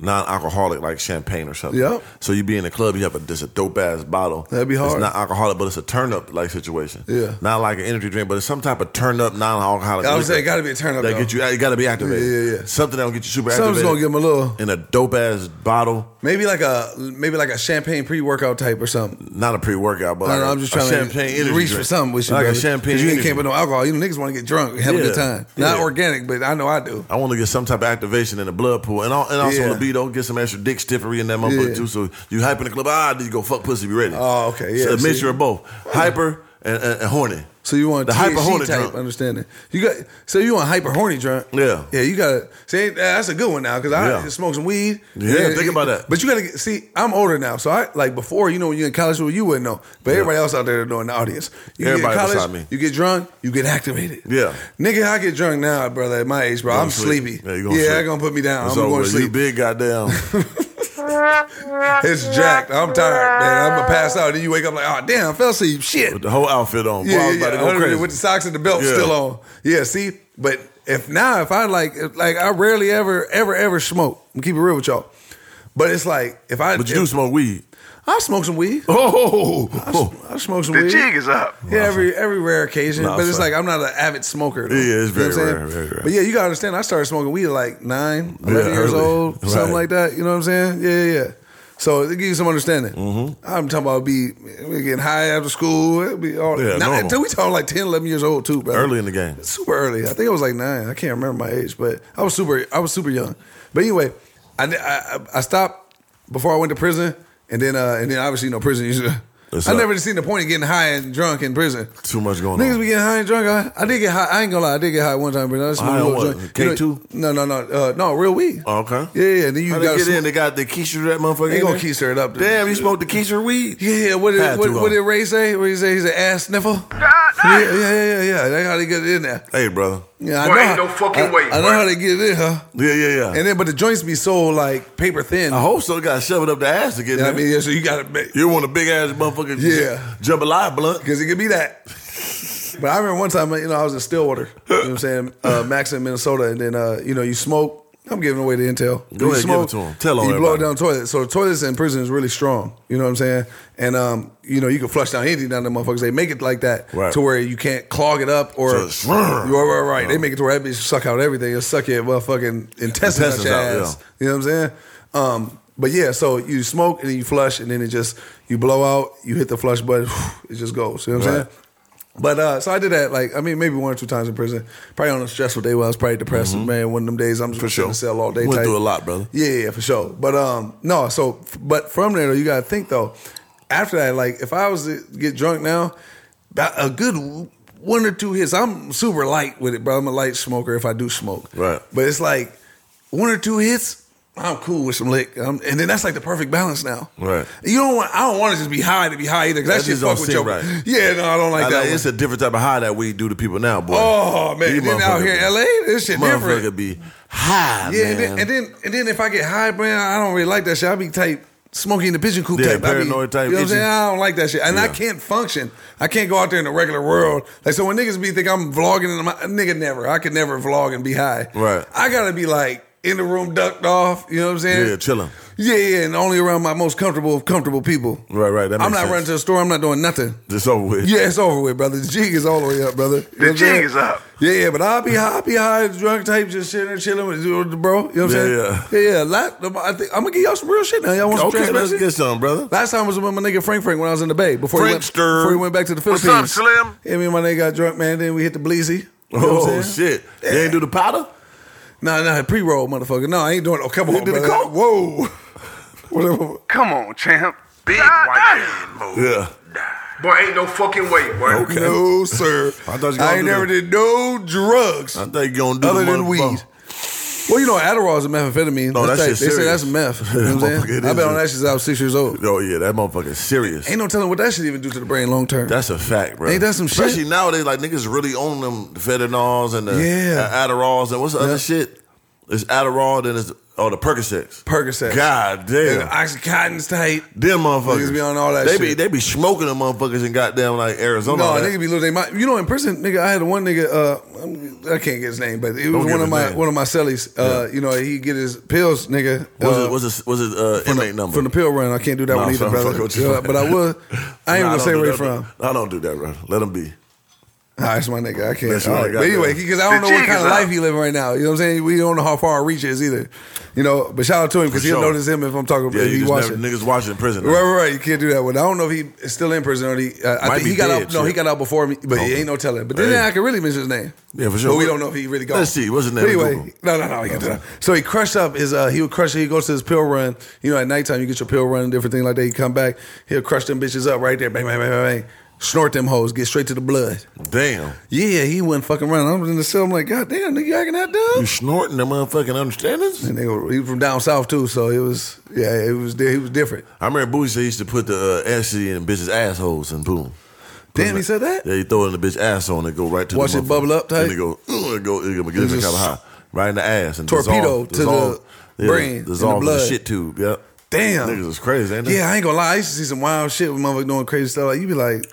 S2: non-alcoholic, like champagne or something.
S1: Yep.
S2: So you be in the club, you have a just a dope ass bottle.
S1: That'd be hard.
S2: It's not alcoholic, but it's a turn up like situation.
S1: Yeah.
S2: Not like an energy drink, but it's some type of turn up non-alcoholic.
S1: I was saying, it
S2: liquor
S1: gotta be a turn up.
S2: that
S1: though.
S2: get you. It got to be activated.
S1: Yeah, yeah, yeah.
S2: Something that'll get you super
S1: Something's
S2: activated.
S1: gonna give them a little.
S2: in a dope ass bottle,
S1: Maybe like a maybe like a champagne pre workout type or something.
S2: not a pre-workout, but
S1: No,
S2: like
S1: no,
S2: a,
S1: I'm just
S2: a
S1: trying to
S2: champagne energy
S1: reach
S2: drink.
S1: for something with you,
S2: like
S1: brother.
S2: a champagne.
S1: 'Cause You ain't
S2: energy
S1: came with no alcohol. You niggas want to get drunk, and have a
S2: Yeah.
S1: good time. Not
S2: Yeah.
S1: organic, but I know I do.
S2: I want to get some type of activation in the blood pool, and, all, and also
S1: Yeah.
S2: on the torpedo, get some extra dick stiffery in that motherfucker
S1: Yeah.
S2: too. So you hyping the club, ah, then you go fuck pussy, be ready.
S1: Oh, okay, yeah,
S2: So a
S1: see.
S2: mixture of both, hyper and, and, and horny.
S1: So you want
S2: The
S1: the
S2: hyper
S1: hyper
S2: horny
S1: horny type?
S2: drunk.
S1: Understand that you got. So you want hyper horny drunk?
S2: Yeah.
S1: yeah. You got to see. That's a good one now because I
S2: Yeah.
S1: smoke some weed.
S2: Yeah, think about that.
S1: But you got to see. I'm older now, so I like before. You know, when you're in college, well, you wouldn't know, but everybody else out there know in the audience. You get in
S2: Everybody beside me.
S1: You get drunk, you get activated.
S2: Yeah.
S1: nigga, I get drunk now, brother. At my age, bro,
S2: Gonna
S1: I'm
S2: sleep.
S1: sleepy.
S2: Yeah, you gonna
S1: yeah,
S2: sleep.
S1: I'm gonna put me down.
S2: It's
S1: I'm going
S2: over.
S1: to
S2: You
S1: sleep.
S2: big goddamn.
S1: It's jacked. I'm tired, man. I'm gonna pass out. Then you wake up like, oh damn, I fell asleep. Shit.
S2: with the whole outfit on.
S1: Yeah,
S2: Boy, I was
S1: yeah,
S2: about to
S1: yeah.
S2: go
S1: Hundred
S2: crazy.
S1: with the socks and the belt
S2: Yeah.
S1: still on. Yeah, see, but if now if I like if- like I rarely ever ever ever smoke. I'm keep it real with y'all. But it's like if I
S2: but you do
S1: if-
S2: smoke weed.
S1: I smoke some weed.
S2: Oh,
S1: I, s-
S2: oh.
S1: I smoke some
S4: The
S1: weed.
S4: jig is up.
S1: Yeah, every every rare occasion,
S2: Nah,
S1: but it's
S2: son.
S1: like I'm not an avid smoker. Though.
S2: Yeah, it's
S1: You know
S2: very
S1: what I'm saying?
S2: rare, very rare.
S1: But yeah, you gotta understand. I started smoking weed at like nine,
S2: Yeah,
S1: 11 years
S2: early.
S1: old,
S2: Right.
S1: something like that. You know what I'm saying? Yeah, yeah. yeah. So it gives you some understanding.
S2: Mm-hmm.
S1: I'm talking about be we getting high after school. It'd be all
S2: Yeah,
S1: nah,
S2: normal.
S1: until we talking like 10, 11 years old too, bro.
S2: Early in the game.
S1: super early. I think I was like nine. I can't remember my age, but I was super. I was super young. But anyway, I I, I stopped before I went to prison, and then uh, and then obviously you know prison. You should,
S2: That's
S1: I
S2: up.
S1: never seen the point of getting high and drunk in prison.
S2: Too much going
S1: Niggas
S2: on.
S1: be getting high and drunk. I, I did get high. I ain't gonna lie. I did get high one time, but I smoked
S2: High
S1: a
S2: on
S1: little
S2: what?
S1: joint.
S2: K2?
S1: You know- no, no, no, uh, no, real weed.
S2: Oh, okay.
S1: Yeah, yeah. Then you
S2: How
S1: got
S2: they get in? They got the keister that motherfucker.
S1: They
S2: in
S1: gonna
S2: there?
S1: keister it up.
S2: Damn, you smoked the keister weed.
S1: Yeah, yeah. What
S2: Had
S1: did what,
S2: to,
S1: what
S2: uh,
S1: did Ray say? What did he say? He's an ass sniffer. Yeah, yeah, yeah, yeah, yeah. That's how they get it in there.
S2: Hey, brother.
S1: Yeah, I
S4: Boy,
S1: know
S4: ain't
S1: how-
S4: no fucking
S1: I-
S4: way,
S1: I know
S4: boy.
S1: how they get it in, huh?
S2: Yeah, yeah, yeah.
S1: And then, but the joints be so like paper thin.
S2: I hope so. Got to shove it up the ass to get in.
S1: You know
S2: there.
S1: what I mean, yeah, so you gotta make
S2: You want a big ass motherfucker?
S1: Yeah.
S2: Jambalaya blunt.
S1: because it could be that. but I remember one time, you know, I was in Stillwater. You know what I'm saying? Uh, Max in Minnesota, and then uh, you know, you smoke. I'm giving away the intel.
S2: Go
S1: you
S2: ahead, give
S1: smoke,
S2: it to 'em. Tell on
S1: You blow
S2: everybody.
S1: it down the toilet. So the toilets in prison is really strong. You know what I'm saying? And um, you know, you can flush down anything down the motherfuckers. They make it like that
S2: Right.
S1: to where you can't clog it up or
S2: So it's-
S1: you are right,
S2: uh,
S1: right. They make it to where that bitch suck out everything. It'll suck your motherfucking intestines, out
S2: Intestines
S1: your
S2: out,
S1: ass.
S2: yeah.
S1: You know what I'm saying? Um, but yeah, so you smoke and then you flush and then it just you blow out, you hit the flush button, it just goes. You know what I'm
S2: Right.
S1: saying? But uh, so I did that like I mean maybe one or two times in prison. Probably on a stressful day where I was probably depressed. Man, one of them days I'm just
S2: Mm-hmm. For
S1: gonna sit in
S2: sure.
S1: the cell all day.
S2: Went
S1: type.
S2: through a lot, brother.
S1: Yeah, yeah, for sure. But um, no. So but from there though, you gotta think though. After that, like if I was to get drunk now, about a good one or two hits. I'm super light with it, bro. I'm a light smoker if I do smoke.
S2: Right.
S1: But it's like one or two hits. I'm cool with some lick, um, and then that's like the perfect balance now.
S2: Right.
S1: You don't want. I don't want to just be high to be high either. 'cause
S2: That
S1: that, shit
S2: just don't
S1: fuck with
S2: seem
S1: your.
S2: right.
S1: Yeah, no, I don't like
S2: I
S1: that.
S2: like-
S1: one.
S2: it's a different type of high that we do to people now, boy.
S1: Oh man,
S2: You
S1: and then out here in
S2: motherfucker
S1: LA, this shit
S2: Motherfucker
S1: different.
S2: be high,
S1: Yeah, and
S2: man.
S1: then, and then and then if I get high, man, I don't really like that shit. I be type smoking the pigeon coop
S2: Yeah,
S1: type, I be-
S2: paranoid type
S1: You know what I'm
S2: itchy.
S1: saying? I don't like that shit, and I
S2: Yeah.
S1: can't function. I can't go out there in the regular world. Like so, when niggas be think I'm vlogging, and I'm nigga never. I could never vlog and be high.
S2: Right.
S1: I gotta be like in the room, ducked off. You know what I'm saying?
S2: Yeah, chilling.
S1: Yeah, yeah, and only around my most comfortable comfortable people.
S2: Right, right, that
S1: I'm
S2: makes
S1: not
S2: sense.
S1: running to the store. I'm not doing nothing.
S2: It's over with.
S1: Yeah, it's over with, brother. The jig is all the way up, brother. You know
S4: The
S1: what I'm saying?
S4: jig is up.
S1: Yeah, yeah, but I'll be high, I'll be high, drunk type, just sitting there chilling with with the bro. You know what I'm
S2: Yeah,
S1: saying?
S2: yeah.
S1: yeah, yeah. Lot, I think I'm gonna give y'all some real shit now. Y'all want some
S2: Okay, let's
S1: transparency?
S2: get some, brother.
S1: Last time I was with my nigga Frank Frank when I was in the Bay before he went,
S2: Frankster.
S1: before he went back to the
S4: What's
S1: Philippines.
S4: up, Slim?
S1: Yeah, me and my nigga got drunk, man. Then we hit the Bleezy. You know what
S2: Oh
S1: I'm saying?
S2: shit! They ain't do the powder.
S1: Nah, nah, pre roll, motherfucker. No, I ain't doing. Oh, come on,
S2: did the
S1: brother.
S2: coke?
S1: Whoa, whatever.
S4: Come on, champ. Big white man move.
S2: Yeah.
S4: Boy, ain't no fucking way, boy.
S2: Okay.
S1: No, sir.
S2: I thought you gonna
S1: I ain't
S2: do
S1: never
S2: the-
S1: did no drugs.
S2: I think you gonna do
S1: other
S2: the
S1: than
S2: motherfucker.
S1: weed. Well, you know, Adderall is a methamphetamine.
S2: No,
S1: That's
S2: that
S1: like-
S2: shit
S1: they say
S2: serious.
S1: that's meth. You know what I'm
S2: Motherfucker, it
S1: saying? I've
S2: is.
S1: been on that since I was six years old.
S2: Oh yeah, that motherfucker's serious.
S1: Ain't no telling what that shit even do to the brain long term.
S2: That's a fact, bro.
S1: Ain't that some shit?
S2: Especially nowadays, like niggas really own them fentanyls and the
S1: Yeah.
S2: uh, Adderalls and what's the
S1: Yeah.
S2: other shit? It's Adderall then it's oh the Percocets.
S1: Percocets.
S2: God damn.
S1: And Oxycontin's tight.
S2: them motherfuckers
S1: Niggas be on all that
S2: they Be,
S1: shit.
S2: they be smoking them motherfuckers in goddamn like Arizona.
S1: No,
S2: all that.
S1: nigga be losing their mind. You know, in prison, nigga, I had one nigga. Uh, I'm- I can't get his name, but it was
S2: give
S1: one
S2: his
S1: of my
S2: name.
S1: one of my cellies. Uh, You know, he get his pills, nigga.
S2: was
S1: uh,
S2: it was it was it uh, inmate number
S1: from the pill run. I can't do that
S2: No,
S1: one
S2: I'm
S1: either,
S2: sorry, I'm
S1: brother.
S2: fucking with you.
S1: Yeah, but I will. I ain't
S2: Nah,
S1: gonna
S2: don't
S1: say
S2: do
S1: where
S2: that,
S1: he from.
S2: bro. I don't do that, bro. Let them be.
S1: All right, that's my nigga. I can't.
S2: That's what I
S1: all right.
S2: got
S1: But anyway,
S2: there.
S1: because I don't know
S4: The
S1: what kind
S4: cheek
S1: of
S4: is
S1: life
S4: out.
S1: he living right now. You know what I'm saying? We don't know how far our reach is either. You know, but shout out to him because
S2: For
S1: he'll
S2: sure.
S1: notice him if I'm talking.
S2: Yeah,
S1: if
S2: you
S1: he
S2: just never,
S1: watching.
S2: niggas watching in prison.
S1: Right, right, right. You can't do that one. I don't know if he is still in prison or he. Uh, I
S2: Might
S1: think
S2: be
S1: he got
S2: dead,
S1: out. No,
S2: shit.
S1: he got out before me, but he ain't no telling. But then
S2: Hey.
S1: I can really mention his name.
S2: Yeah, for sure.
S1: But we don't know if he really gone.
S2: Let's see. What's his name?
S1: But Anyway,
S2: Google.
S1: no, no, no. He can do that. So he crushed up his. Uh, he would crush. He goes to his pill run. You know, at nighttime you get your pill run and different thing like that. He come back. He'll crush them bitches up right there. Bang, bang, bang, bang, bang. Snort them hoes. Get straight to the blood.
S2: Damn.
S1: Yeah, he wasn't fucking running. I'm in the cell. I'm like, God damn, nigga, you acting that
S2: You
S1: dumb.
S2: snorting the motherfucking understandings?
S1: And nigga, he from down south too, so it was. Yeah, it was. He was different.
S2: I remember Boosie said he used to put the uh, acid in bitches' assholes and boom.
S1: Damn, he said that.
S2: Yeah, you throw it in the bitch ass on and go right to
S1: Watch
S2: the
S1: it bubble up
S2: motherfucker.
S1: tight?
S2: And it go, "Ugh," it go, it go, get it
S1: It's
S2: kind of
S1: just
S2: high. Right in the ass and
S1: Torpedo
S2: dissolve,
S1: to the
S2: dissolve,
S1: brain and the
S2: dissolve in
S1: blood.
S2: shit tube. Yep.
S1: Damn.
S2: niggas is crazy, ain't they?
S1: Yeah, I ain't gonna lie. I used to see some wild shit with motherfuckers doing crazy stuff. Like you be like,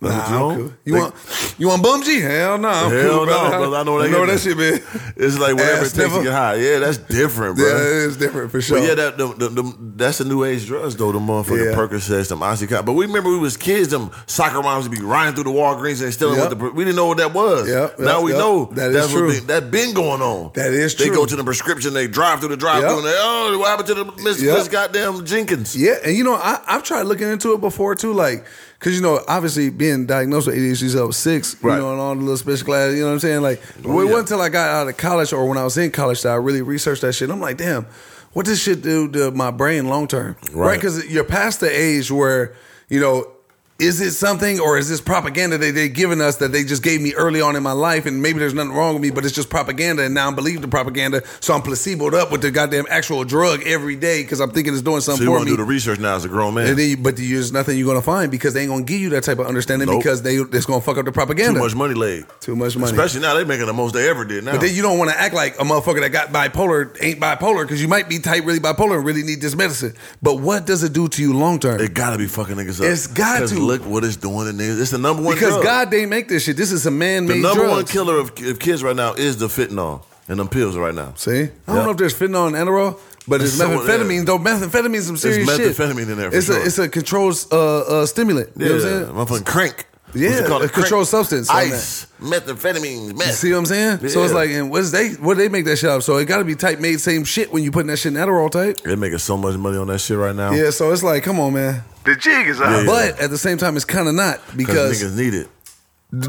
S2: That's
S1: Nah,
S2: what you
S1: I'm
S2: want?
S1: cool. You
S2: They-
S1: want you want bum G? Hell no, I'm
S2: Hell
S1: cool,
S2: no,
S1: brother.
S2: brother. I know where
S1: I
S2: they
S1: know
S2: get
S1: where that
S2: that.
S1: shit, man.
S2: It's like whatever
S1: Ass
S2: it takes
S1: sniffer.
S2: to get high. Yeah, that's different, bro.
S1: Yeah, it's different for sure.
S2: But yeah, that them, them, them, that's the new age drugs though. The motherfucking
S1: Yeah.
S2: Percocets, them Oxycontin. But we remember we was kids. Them soccer moms would be riding through the Walgreens and stealing
S1: Yep.
S2: with the. We didn't know what that was.
S1: Yep,
S2: now
S1: yep,
S2: we
S1: yep.
S2: know
S1: That is
S2: that's what
S1: true.
S2: Been, that been going on.
S1: That is
S2: They
S1: true.
S2: go to the prescription. They drive through the drive through
S1: Yep.
S2: and they oh what happened to the Miss,
S1: Yep.
S2: Miss Goddamn Jenkins?
S1: Yeah, and you know, I, I've tried looking into it before too, like, cause you know, obviously being diagnosed with ADHD level six,
S2: Right.
S1: you know, and all the little special class, you know what I'm saying? Like,
S2: Oh,
S1: it
S2: yeah.
S1: wasn't until I got out of college or when I was in college that I really researched that shit. I'm like, damn, what does shit do to my brain long term?
S2: Right.
S1: Right? Because you're past the age where, you know, is it something or is this propaganda that they're giving us that they just gave me early on in my life and maybe there's nothing wrong with me, but it's just propaganda and now I believe the propaganda, so I'm placeboed up with the goddamn actual drug every day because I'm thinking it's doing
S2: So
S1: something
S2: you
S1: for
S2: want
S1: me.
S2: to do the research now as a grown man?
S1: And then, you, but you- there's nothing you're gonna find because they ain't gonna give you that type of understanding
S2: Nope.
S1: because they it's gonna fuck up the
S2: Too
S1: propaganda.
S2: much money laid.
S1: Too much money.
S2: Especially now they making the most they ever did. Now
S1: But then you don't want to act like a motherfucker that got bipolar ain't bipolar because you might be type really bipolar and really need this medicine. But what does it do to you long term?
S2: it gotta be fucking niggas up.
S1: It's got
S2: 'Cause
S1: to.
S2: look what it's doing to niggas. It's the number one
S1: Because
S2: drug.
S1: God, they make this shit. This is a man
S2: The
S1: made
S2: number
S1: drug.
S2: one killer of, of kids right now is the fentanyl and them pills right now.
S1: See, I don't
S2: Yeah.
S1: know if there's fentanyl and Adderall, but it's,
S2: It's somewhere there.
S1: methamphetamine. Though methamphetamine some serious shit.
S2: methamphetamine in there for
S1: it's
S2: sure.
S1: a it's a controlled uh, uh, stimulant.
S2: Yeah,
S1: You know what I'm saying?
S2: motherfucking crank.
S1: Yeah,
S2: What you call it?
S1: a controlled substance on
S2: ice, methamphetamine, meth.
S1: You see what I'm saying? So it's
S2: Yeah.
S1: like, and what's they what they make that shit up? So it got to be type made same shit when you putting that shit in Adderall type.
S2: They making so much money on that shit right now.
S1: Yeah, so it's like, come on, man.
S4: The jig is up.
S2: Yeah.
S1: But at the same time, it's kind of not
S2: because
S1: because
S2: niggas need it.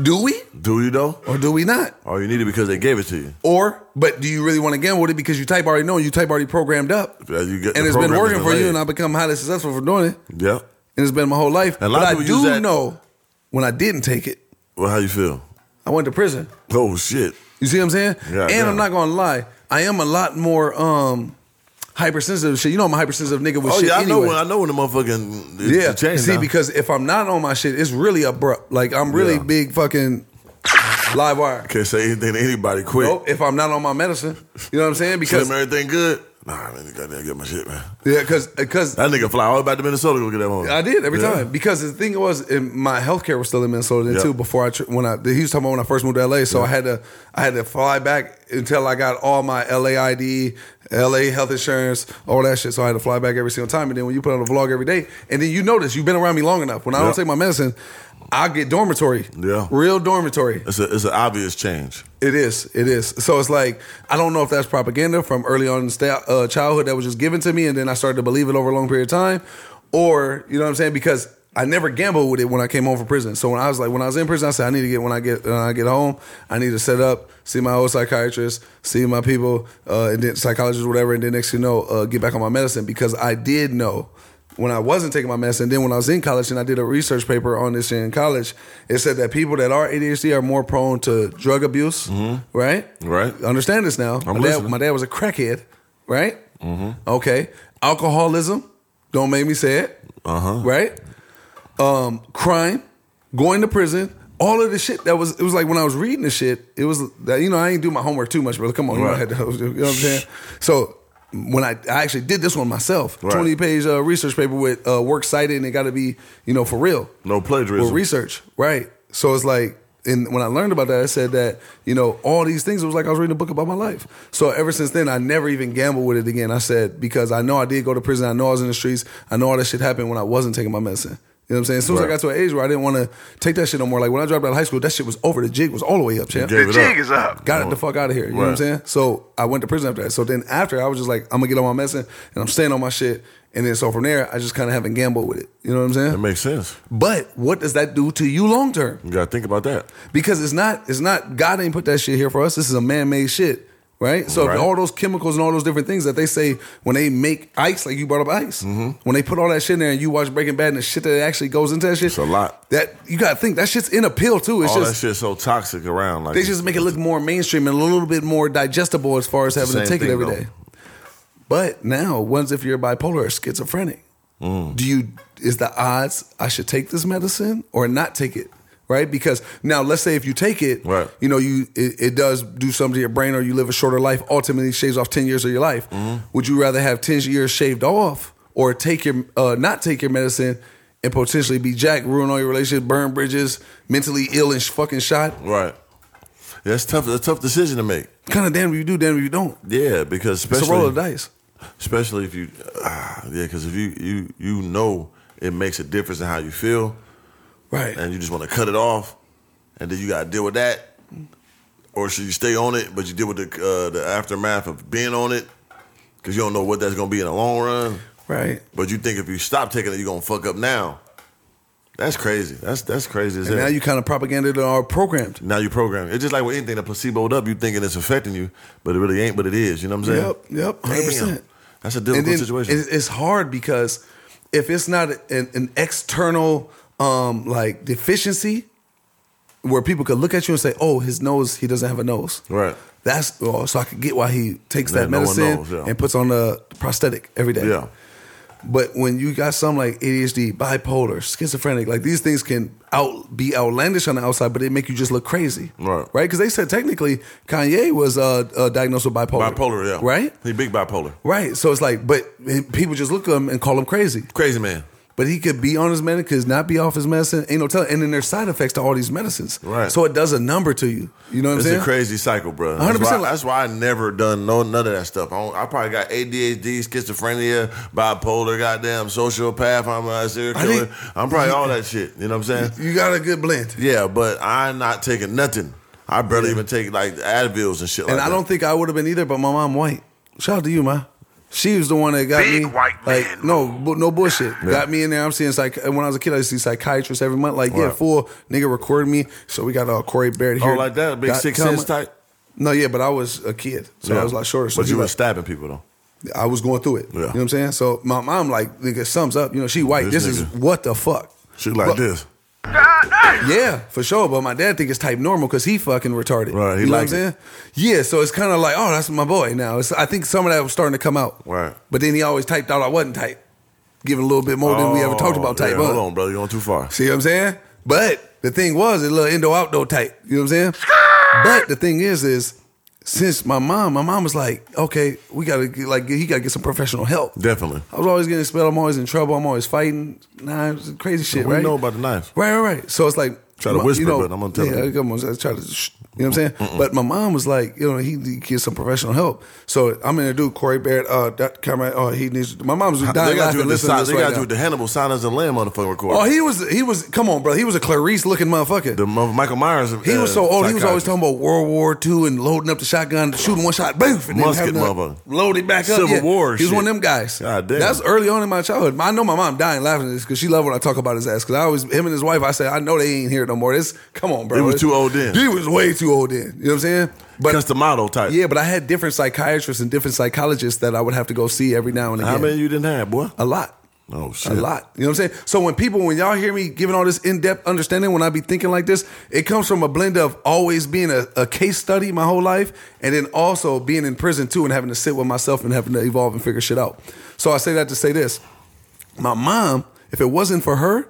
S1: do we
S2: Do you though?
S1: or do we not?
S2: Or you need it because they gave it to you.
S1: Or but do you really want to gamble with it because you type already know you type already programmed up
S2: Yeah, you get-
S1: and
S2: the
S1: it's been
S2: program is
S1: working for you
S2: delayed.
S1: and I become highly successful for doing it
S2: Yeah.
S1: and it's been my whole life.
S2: And a lot
S1: but
S2: of
S1: I
S2: people use
S1: do
S2: that-
S1: know when I didn't take it,
S2: Well, how you feel?
S1: I went to prison.
S2: Oh shit.
S1: You see what I'm saying?
S2: Yeah,
S1: and
S2: yeah.
S1: I'm not gonna lie, I am a lot more um hypersensitive to shit. You know I'm a hypersensitive nigga with
S2: oh
S1: shit
S2: yeah, I know
S1: anyway.
S2: when I know when the motherfucking it's
S1: Yeah.
S2: a change
S1: See,
S2: now.
S1: because if I'm not on my shit, it's really abrupt. Like I'm really
S2: Yeah.
S1: big fucking live wire.
S2: can't say anything to anybody quick.
S1: Nope, if I'm not on my medicine, you know what I'm saying? Because
S2: Slim, everything good. Nah, man, goddamn, get my shit, man.
S1: yeah, because because
S2: That nigga fly all the way back to Minnesota to go get that one.
S1: I did every
S2: Yeah.
S1: time because the thing was in, my healthcare was still in Minnesota then,
S2: Yeah.
S1: too before I tr- when I he was talking about when I first moved to LA so I had to I had to fly back until I got all my LA ID LA health insurance all that shit so I had to fly back every single time and then when you put on a vlog every day and then you notice you've been around me long enough when I
S2: Yeah.
S1: don't take my medicine I get dormitory
S2: Yeah.
S1: real dormitory
S2: It's a it's an obvious change.
S1: It is. It is. So it's like I don't know if that's propaganda from early on in sta- uh, childhood that was just given to me, and then I started to believe it over a long period of time, or you know what I'm saying? Because I never gambled with it when I came home from prison. So when I was like, when I was in prison, I said I need to get when I get when I get home, I need to set up, see my old psychiatrist, see my people, uh, and then psychologist, whatever, and then next thing you know, uh, get back on my medicine because I did know when I wasn't taking my medicine. Then when I was in college and I did a research paper on this in college, it said that people that are ADHD are more prone to drug abuse, right?
S2: Mm-hmm. Right.
S1: Understand this now.
S2: I'm
S1: my, dad,
S2: listening.
S1: my dad was a crackhead, right? Mm-hmm. Okay. Alcoholism, don't make me say it,
S2: Uh-huh.
S1: right? Um, crime, going to prison. All of the shit that was, it was like when I was reading the shit, it was that, you know, I ain't do my homework too much, brother. Come on, you know, I had
S2: Right.
S1: to, you know what I'm saying? So when I, I actually did this one myself,
S2: Right.
S1: 20 page uh, research paper with uh, work cited and it got to be, you know, for real.
S2: No plagiarism.
S1: Well, research, right? So it's like, and when I learned about that, I said that you know all these things. It was like I was reading a book about my life. So ever since then, I never even gambled with it again. I said because I know I did go to prison. I know I was in the streets. I know all that shit happened when I wasn't taking my medicine. You know what I'm saying? As soon as
S2: Right.
S1: I got to an age where I didn't want to take that shit no more. Like when I dropped out of high school, that shit was over. The jig was all the way up, champ.
S2: Gave
S5: The
S2: it up.
S5: jig is up.
S1: Got it the fuck out of here. You know what I'm
S2: Right.
S1: saying? So I went to prison after that. So then after I was just like, I'm gonna get on my medicine and I'm staying on my shit. And then so from there, I just kind of haven't gambled with it. You know what I'm
S2: That
S1: saying?
S2: makes sense.
S1: But what does that do to you long term?
S2: You gotta think about that.
S1: because it's not it's not God ain't put that shit here for us. This is a man made shit, right? So
S2: Right.
S1: if all those chemicals and all those different things that they say when they make ice, like you brought up ice,
S2: Mm-hmm.
S1: when they put all that shit in there and you watch Breaking Bad and the shit that actually goes into that shit,
S2: It's a lot.
S1: That you gotta think that shit's in a pill too. It's
S2: All
S1: just
S2: that shit's so toxic around. Like
S1: they just make it look more mainstream and a little bit more digestible as far as having to
S2: same
S1: take it
S2: thing,
S1: every day.
S2: though.
S1: But now, once if you're bipolar or schizophrenic,
S2: Mm.
S1: do you is the odds I should take this medicine or not take it? Right? Because now let's say if you take it,
S2: Right.
S1: you know, you it, it does do something to your brain or you live a shorter life, ultimately shaves off 10 years of your life.
S2: Mm-hmm.
S1: Would you rather have 10 years shaved off or take your uh, not take your medicine and potentially be jacked, ruin all your relationships, burn bridges, mentally ill and sh- fucking shot?
S2: right. That's tough. That's a tough decision to make.
S1: kind of damn if you do, damn if you don't.
S2: Yeah, because especially
S1: it's a roll of the dice.
S2: especially if you ah, yeah because if you you you know it makes a difference in how you feel
S1: Right.
S2: and you just want to cut it off and then you got to deal with that or should you stay on it but you deal with the uh, the aftermath of being on it because you don't know what that's going to be in the long run
S1: right.
S2: but you think if you stop taking it you're going to fuck up now that's crazy that's that's crazy as
S1: And
S2: hell.
S1: now you kind of propaganda are programmed.
S2: now you program it's just like with anything that placeboed up you thinking it's affecting you but it really ain't but it is you know what i'm saying
S1: Yep, yep,
S2: Damn.
S1: 100%.
S2: that's a
S1: And
S2: difficult
S1: then
S2: situation
S1: it- it's hard because if it's not an, an external um, like deficiency where people could look at you and say, "Oh, his nose, he doesn't have a nose."
S2: Right.
S1: That's oh, so I could get why he takes
S2: Yeah,
S1: that
S2: no one
S1: medicine
S2: knows, yeah.
S1: and puts on a prosthetic every day.
S2: yeah
S1: But when you got something like ADHD, bipolar, schizophrenic, like these things can out be outlandish on the outside, but they make you just look crazy,
S2: Right.
S1: Right? Because they said technically Kanye was uh, uh, diagnosed with bipolar,
S2: Bipolar, yeah.
S1: right,
S2: He big bipolar.
S1: right. So it's like, but people just look at him and call him crazy.
S2: Crazy man.
S1: But he could be on his medicine, could not be off his medicine. Ain't no telling. And then there's side effects to all these medicines,
S2: Right.
S1: So it does a number to you. You know what I'm
S2: It's
S1: saying?
S2: a crazy cycle, bro. That's,
S1: 100%.
S2: Why, that's why I never done no none of that stuff. I, don't- I probably got ADHD, schizophrenia, bipolar, goddamn sociopath. I'm a serial
S1: I think-
S2: killer. I'm probably all that shit. You know what I'm saying?
S1: you got a good blend.
S2: Yeah, but I'm not taking nothing. I barely even take like Advils and shit.
S1: And
S2: like
S1: I
S2: that.
S1: don't think I would have been either, but my mom white. Shout out to you, ma. She was the one that got
S5: Big
S1: me
S5: white
S1: like
S5: man.
S1: no bu- no bullshit. Got me in there. I'm seeing psych. When I was a kid, I used to see psychiatrists every month. Like yeah,
S2: Right.
S1: full nigga recorded me. So we got uh, Corey Barrett here.
S2: Oh, like that big
S1: Got-
S2: six
S1: come-
S2: sense type.
S1: No, yeah, but I was a kid, so I was like shorter. So
S2: but
S1: he
S2: you were
S1: like-
S2: stabbing people though.
S1: I was going through it.
S2: Yeah.
S1: You know what I'm saying? So my mom like nigga sums up. You know she white. This,
S2: This
S1: is
S2: nigga.
S1: what the fuck.
S2: Shit like
S1: But-
S2: this.
S1: Yeah, for sure. But my dad think it's type normal because he fucking retarded.
S2: Right, he
S1: you know
S2: like
S1: what I'm saying? Yeah, so it's kind of like, oh, that's my boy now. It's, I think some of that was starting to come out.
S2: Right.
S1: But then he always typed out I wasn't type, giving a little bit more than we ever talked about
S2: Oh,
S1: type.
S2: yeah,
S1: huh?
S2: Hold on, brother. You're going too far.
S1: See what I'm saying? But the thing was, a little indo outdoor type. You know what I'm saying? But the thing is, is since my mom, my mom was like, okay, we gotta get, like he gotta get some professional help.
S2: Definitely.
S1: I was always getting expelled. I'm always in trouble. I'm always fighting. Nah, it was crazy shit.
S2: We
S1: right?
S2: know about the knife.
S1: Right, right, right. So it's like
S2: Try to
S1: my-
S2: whisper, but I'm gonna tell
S1: yeah,
S2: you.
S1: Come on, I try to. Sh- you know what I'm saying? But my mom was like, you know, he, he gets some professional help. So I'm in a dude, Corey Barrett, uh, that camera. Oh, he needs. My mom's dying
S2: They got you
S1: laughing.
S2: with the,
S1: Listen to
S2: si-
S1: this
S2: they got
S1: right
S2: you
S1: now.
S2: with the Hannibal Silence and Lamb motherfucking recorder.
S1: Oh, he was. He was. Come on, bro. He was a Clarice looking motherfucker.
S2: The mo- Michael Myers. uh,
S1: he was so old. He was always talking about World War II and loading up the shotgun, shooting one shot, boom, and then
S2: Musket
S1: having to
S2: mother.
S1: load it back up.
S2: Civil
S1: yeah.
S2: War
S1: He was
S2: shit.
S1: one of them guys.
S2: God damn.
S1: That's early on in my childhood. I know my mom dying laughing at this because she loved when I talk about his ass. Because I always him and his wife. I say I know they ain't here no more. This come on, bro.
S2: They was too old then.
S1: He was way too old then. You know what I'm saying? But
S2: Customato type.
S1: yeah, but I had different psychiatrists and different psychologists that I would have to go see every now and again.
S2: How many you didn't have, boy?
S1: A lot.
S2: Oh shit.
S1: A lot. You know what I'm saying? So when people, when y'all hear me giving all this in-depth understanding, when I be thinking like this, it comes from a blend of always being a, a case study my whole life, and then also being in prison too and having to sit with myself and having to evolve and figure shit out. So I say that to say this. My mom, if it wasn't for her,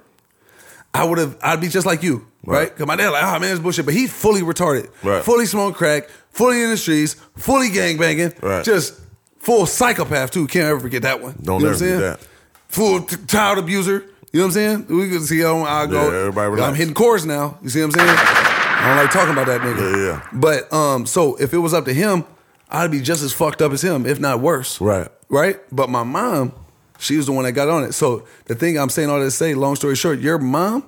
S1: I would have I'd be just like you. Right?
S2: Right.
S1: Cause my dad like, oh man, it's bullshit. But he fully retarded.
S2: Right.
S1: Fully smoke crack, fully in the streets, fully gangbanging,
S2: Right.
S1: just full psychopath too. Can't ever forget that one.
S2: Don't
S1: You know
S2: ever
S1: what I'm saying?
S2: do that.
S1: full t- child abuser. You know what I'm saying? We can see how I go.
S2: Yeah, everybody relax.
S1: I'm hitting chords now. You see what I'm saying? I don't like talking about that nigga.
S2: Yeah, yeah.
S1: But um, so if it was up to him, I'd be just as fucked up as him, if not worse.
S2: Right.
S1: Right. But my mom, She was the one that got on it. So the thing I'm saying all that to say, long story short, your mom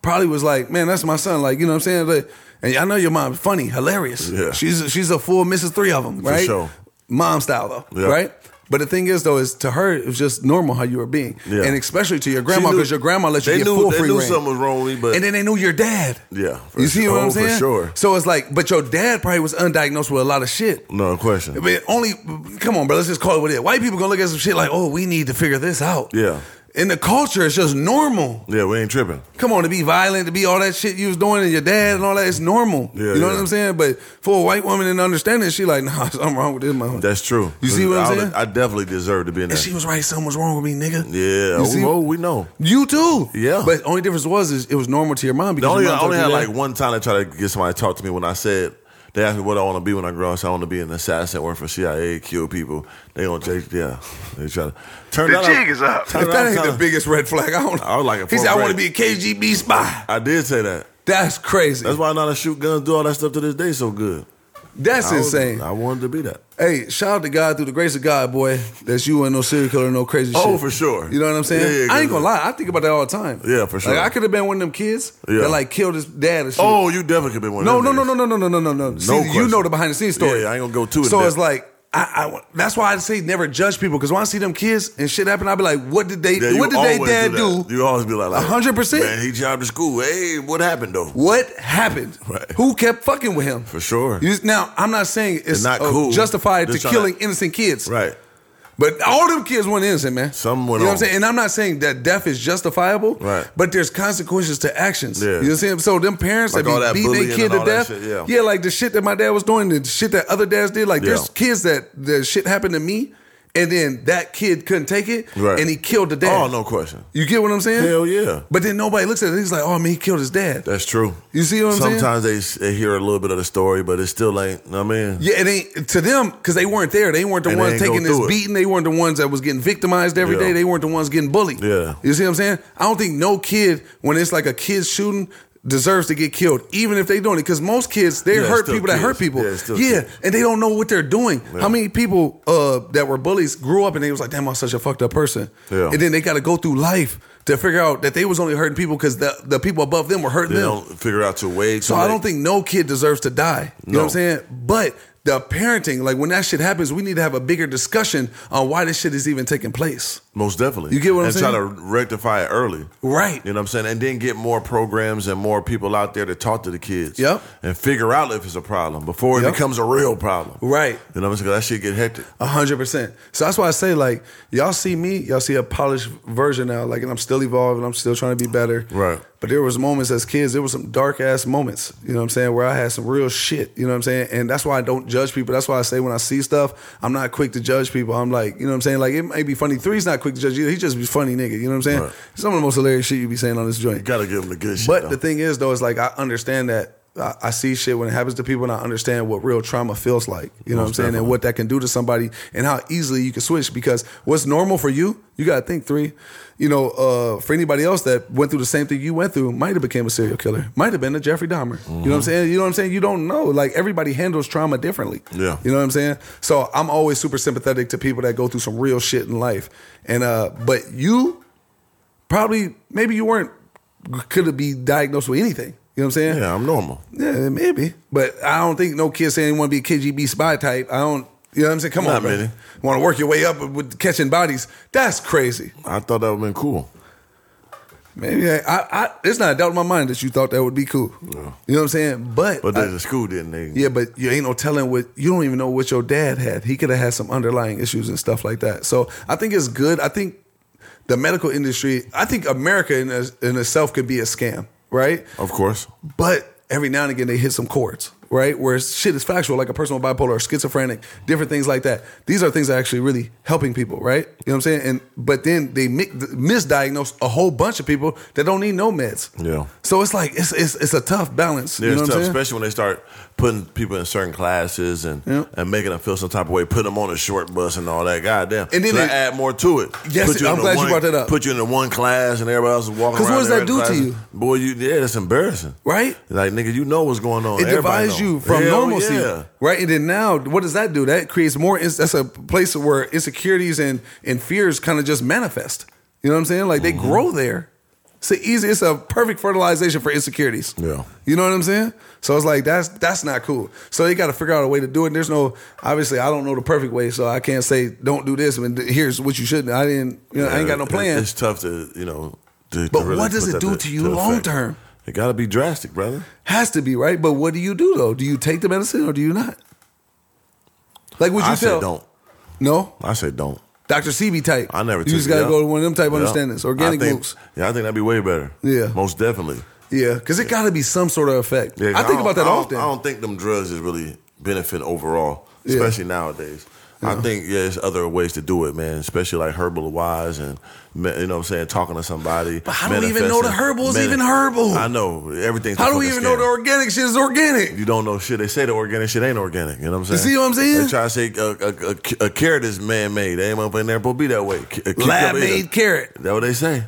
S1: probably was like, "Man, that's my son." Like you know what I'm saying? Like, and I know your mom's funny, hilarious.
S2: Yeah.
S1: she's she's a full Mrs. Three of them, right?
S2: sure.
S1: Mom style though,
S2: Yeah.
S1: right? But the thing is though, is to her it was just normal how you were being,
S2: Yeah.
S1: and especially to your grandma
S2: knew-
S1: because your grandma let you
S2: they
S1: get
S2: knew-
S1: full
S2: they
S1: free
S2: knew
S1: reign.
S2: something was wrong with me, but-
S1: and then they knew your dad.
S2: Yeah, for
S1: you see
S2: sure.
S1: what
S2: Oh,
S1: I'm
S2: for
S1: saying?
S2: sure.
S1: So it's like, but your dad probably was undiagnosed with a lot of shit.
S2: No question.
S1: But only, come on, bro. Let's just call it what it is. White people gonna look at some shit like, oh, we need to figure this out.
S2: Yeah.
S1: In the culture, it's just normal.
S2: Yeah, we ain't tripping.
S1: Come on, to be violent, to be all that shit you was doing, and your dad and all that, it's normal.
S2: Yeah,
S1: you know what
S2: yeah.
S1: I'm saying? But for a white woman in understanding, she like, nah, something wrong with this mother.
S2: That's true.
S1: You see what I'm
S2: I would-
S1: saying?
S2: I definitely deserve to be in
S1: and
S2: there.
S1: she was right. Something was wrong with me, nigga.
S2: yeah.
S1: You see-
S2: Oh, we know.
S1: You too.
S2: Yeah.
S1: But only difference was is it was normal to your mom
S2: The
S1: because
S2: only
S1: your
S2: I
S1: mom
S2: only had
S1: told you
S2: like
S1: that.
S2: one time I tried to get somebody to talk to me when I said they asked me what I want to be when I grow up. I said I want to be an assassin, work for CIA, kill people. They gonna take yeah. They try to turn
S4: The jig is up.
S1: If that ain't the biggest red flag, I don't know.
S2: I was like a
S1: he said,
S2: fourth
S1: I want to be a
S2: grade.
S1: KGB spy.
S2: I did say that.
S1: That's crazy.
S2: That's
S1: That's,
S2: why I know how to shoot guns, do all that stuff to this day so good. I was-
S1: insane.
S2: I wanted to be that.
S1: Hey, shout out to God through the grace of God, boy. That's you and no serial killer, no crazy shit.
S2: Oh, for sure.
S1: You know what I'm
S2: Yeah,
S1: saying?
S2: yeah,
S1: I ain't
S2: 'cause-
S1: gonna lie. I think about that all the time.
S2: Yeah, for sure.
S1: Like I could have been one of them kids
S2: Yeah.
S1: that like killed his dad and shit.
S2: Oh, you definitely could be one.
S1: no,
S2: of
S1: no,
S2: them
S1: no,
S2: niggas.
S1: no, no, no, no, no, no, no. See, you
S2: question.
S1: know the behind the scenes story.
S2: Yeah, I ain't gonna go too in
S1: So
S2: depth.
S1: it's like. I, I, that's why I say never judge people because when I see them kids and shit happen, I'll be like, "What did they?
S2: Yeah, you
S1: what did they
S2: always
S1: dad
S2: do?
S1: do?
S2: that. You always be like, like,
S1: 100%.
S2: Man, he jobbed to school. Hey, what happened though?
S1: What happened?
S2: Right.
S1: Who kept fucking with him?
S2: For sure.
S1: You- now I'm not saying it's
S2: not
S1: not
S2: cool.
S1: justified to
S2: Just tryna-
S1: killing innocent kids,
S2: Right.
S1: But all them kids weren't innocent, man.
S2: Some went
S1: You know what
S2: on.
S1: I'm saying? And I'm not saying that death is justifiable,
S2: Right.
S1: But there's consequences to actions.
S2: Yeah.
S1: You know what I'm saying? So them parents
S2: Like all
S1: that
S2: that
S1: be beating
S2: bullying
S1: their kid
S2: and
S1: to
S2: all that
S1: death,
S2: shit, yeah.
S1: like the shit that my dad was doing, the shit that other dads did. Like
S2: Yeah.
S1: there's kids that the shit happened to me, and then that kid couldn't take it,
S2: Right.
S1: and he killed the dad.
S2: Oh, no question.
S1: You get what I'm saying?
S2: Hell yeah.
S1: But then nobody looks at it. He's like, oh man, he killed his dad.
S2: That's true.
S1: You see what I'm saying?
S2: Sometimes they s- they hear a little bit of the story, but it still ain't. know what I mean,
S1: Yeah, it ain't to them because they weren't there. They weren't the
S2: And they
S1: ones
S2: ain't go
S1: taking this
S2: through it.
S1: beating. They weren't the ones that was getting victimized every
S2: Yeah.
S1: day. They weren't the ones getting bullied.
S2: Yeah.
S1: you see what I'm saying? I don't think no kid when it's like a kid shooting deserves to get killed, even if they doing it. Because most kids they
S2: Yeah, it's
S1: hurt
S2: still
S1: people that hurt
S2: kids.
S1: people.
S2: Yeah, it's still kids.
S1: and they don't know what they're doing.
S2: Yeah.
S1: How many people uh, that were bullies grew up and they was like, "Damn, I'm such a fucked up person."
S2: Yeah.
S1: and then they got to go through life to figure out that they was only hurting people because the the people above them were hurting
S2: they
S1: them.
S2: don't figure out your way.
S1: So I don't think no kid deserves to die. You know what I'm
S2: No.
S1: saying? But the parenting, like when that shit happens, we need to have a bigger discussion on why this shit is even taking place.
S2: most definitely.
S1: You get what I'm
S2: and
S1: saying?
S2: try to rectify it early.
S1: Right.
S2: You know what I'm saying? And then get more programs and more people out there to talk to the kids.
S1: Yep.
S2: And figure out if it's a problem before it
S1: Yep.
S2: becomes a real problem.
S1: Right.
S2: You know what I'm saying? 'Cause That shit get hectic.
S1: A hundred percent. So that's why I say, like, y'all see me, y'all see a polished version now, like, and I'm still evolving, I'm still trying to be better.
S2: Right.
S1: But there was moments as kids, there was some dark ass moments, you know what I'm saying, where I had some real shit, you know what I'm saying? And that's why I don't judge people. That's why I say when I see stuff, I'm not quick to judge people. I'm like, you know what I'm saying? Like, it may be funny. Three's not quick to judge either. He just be funny nigga, you know what I'm saying?
S2: Right.
S1: Some of the most hilarious shit you be saying on this joint.
S2: You gotta give them the good shit.
S1: But
S2: though.
S1: the thing is, though, is like I understand that I, I see shit when it happens to people, and I understand what real trauma feels like. You know what I'm
S2: Most
S1: saying,
S2: definitely.
S1: and what that can do to somebody, and how easily you can switch. Because what's normal for you, you got to think three. You know, uh, for anybody else that went through the same thing you went through, might have became a serial killer, might have been a Jeffrey Dahmer. You
S2: Mm-hmm.
S1: know what I'm saying? You know what I'm saying? You don't know. Like everybody handles trauma differently.
S2: Yeah.
S1: You know what I'm saying? So I'm always super sympathetic to people that go through some real shit in life. And uh, but you probably maybe you weren't could have be diagnosed with anything. You know what I'm saying?
S2: yeah, I'm normal.
S1: Yeah, maybe. But I don't think no kid saying they want to be a KGB spy type. I don't. You know what I'm saying? Come
S2: Not
S1: on,
S2: many.
S1: man. Want to work your way up with catching bodies? That's crazy.
S2: I thought that would have been cool.
S1: Maybe I, I, I. There's not a doubt in my mind that you thought that would be cool. You know what I'm saying? But,
S2: But
S1: I-
S2: the school didn't. They,
S1: yeah, but you ain't no telling what you don't even know what your dad had. He could have had some underlying issues and stuff like that. So I think it's good. I think the medical industry. I think America in, in itself could be a scam, right?
S2: Of course.
S1: But every now and again, they hit some chords, right? Where shit is factual, like a person with bipolar or schizophrenic, different things like that. These are things that are actually really helping people, right? You know what I'm saying? And but then they mi- misdiagnose a whole bunch of people that don't need no meds.
S2: Yeah.
S1: So it's like it's it's, it's a tough balance.
S2: Yeah,
S1: you know
S2: it's
S1: what
S2: tough,
S1: I'm saying?
S2: especially when they start putting people in certain classes and
S1: Yeah.
S2: and making them feel some type of way, putting them on a short bus and all that. Goddamn.
S1: And then
S2: so
S1: they-
S2: they add more to it.
S1: Yes,
S2: Put
S1: I'm
S2: in the
S1: glad you
S2: one-
S1: brought that up.
S2: Put you in the one class and everybody else is walking
S1: 'Cause
S2: around.
S1: what does
S2: in
S1: that do to
S2: classes.
S1: you?
S2: Boy, you yeah, that's embarrassing.
S1: Right?
S2: Like nigga, you know what's going on.
S1: It
S2: Everybody
S1: divides
S2: know.
S1: you from
S2: Hell
S1: normalcy,
S2: Yeah.
S1: right? And then now, what does that do? That creates more. ins- That's a place where insecurities and and fears kind of just manifest. You know what I'm saying? Like they
S2: Mm-hmm.
S1: grow there. It's a easy. It's a perfect fertilization for insecurities.
S2: Yeah.
S1: You know what I'm saying? So it's like that's that's not cool. So you got to figure out a way to do it. There's no obviously I don't know the perfect way, so I can't say don't do this. And here's what you shouldn't. I didn't. You know, I ain't got no
S2: It-
S1: plan.
S2: It's tough to you know. To, to
S1: But
S2: really
S1: what does
S2: put
S1: it
S2: that
S1: do to you long
S2: effect.
S1: term?
S2: It got to be drastic, brother.
S1: Has to be right. But what do you do though? Do you take the medicine or do you not? Like would you
S2: I
S1: tell?
S2: say don't.
S1: No.
S2: I say don't.
S1: Dr. CB type.
S2: I never.
S1: You
S2: took
S1: just got to
S2: yeah.
S1: go to one of them type
S2: Yeah.
S1: understandings. Organic
S2: I think,
S1: moves.
S2: Yeah, I think that'd be way better.
S1: Yeah.
S2: most definitely.
S1: Yeah, because it got to be some sort of effect.
S2: Yeah,
S1: I think
S2: don't-
S1: about that
S2: I don't-
S1: often.
S2: I don't think them drugs is really benefit overall,
S1: Yeah.
S2: especially nowadays. I think yeah, there's other ways to do it, man. Especially like herbal wise, and me- you know what I'm saying, talking to somebody.
S1: But how do we even know the
S2: manifesting-
S1: herbal is
S2: mani-
S1: even herbal?
S2: I know everything's.
S1: How
S2: a
S1: do we
S2: fucking
S1: even know
S2: scam.
S1: the organic shit is organic?
S2: You don't know shit. They say the organic shit ain't organic. You know what I'm saying?
S1: see what I'm saying?
S2: They try to say uh, a, a, a, a carrot is man made. They ain't up in there supposed to be that way. A cucumber
S1: Lab
S2: either.
S1: made carrot.
S2: That what they say.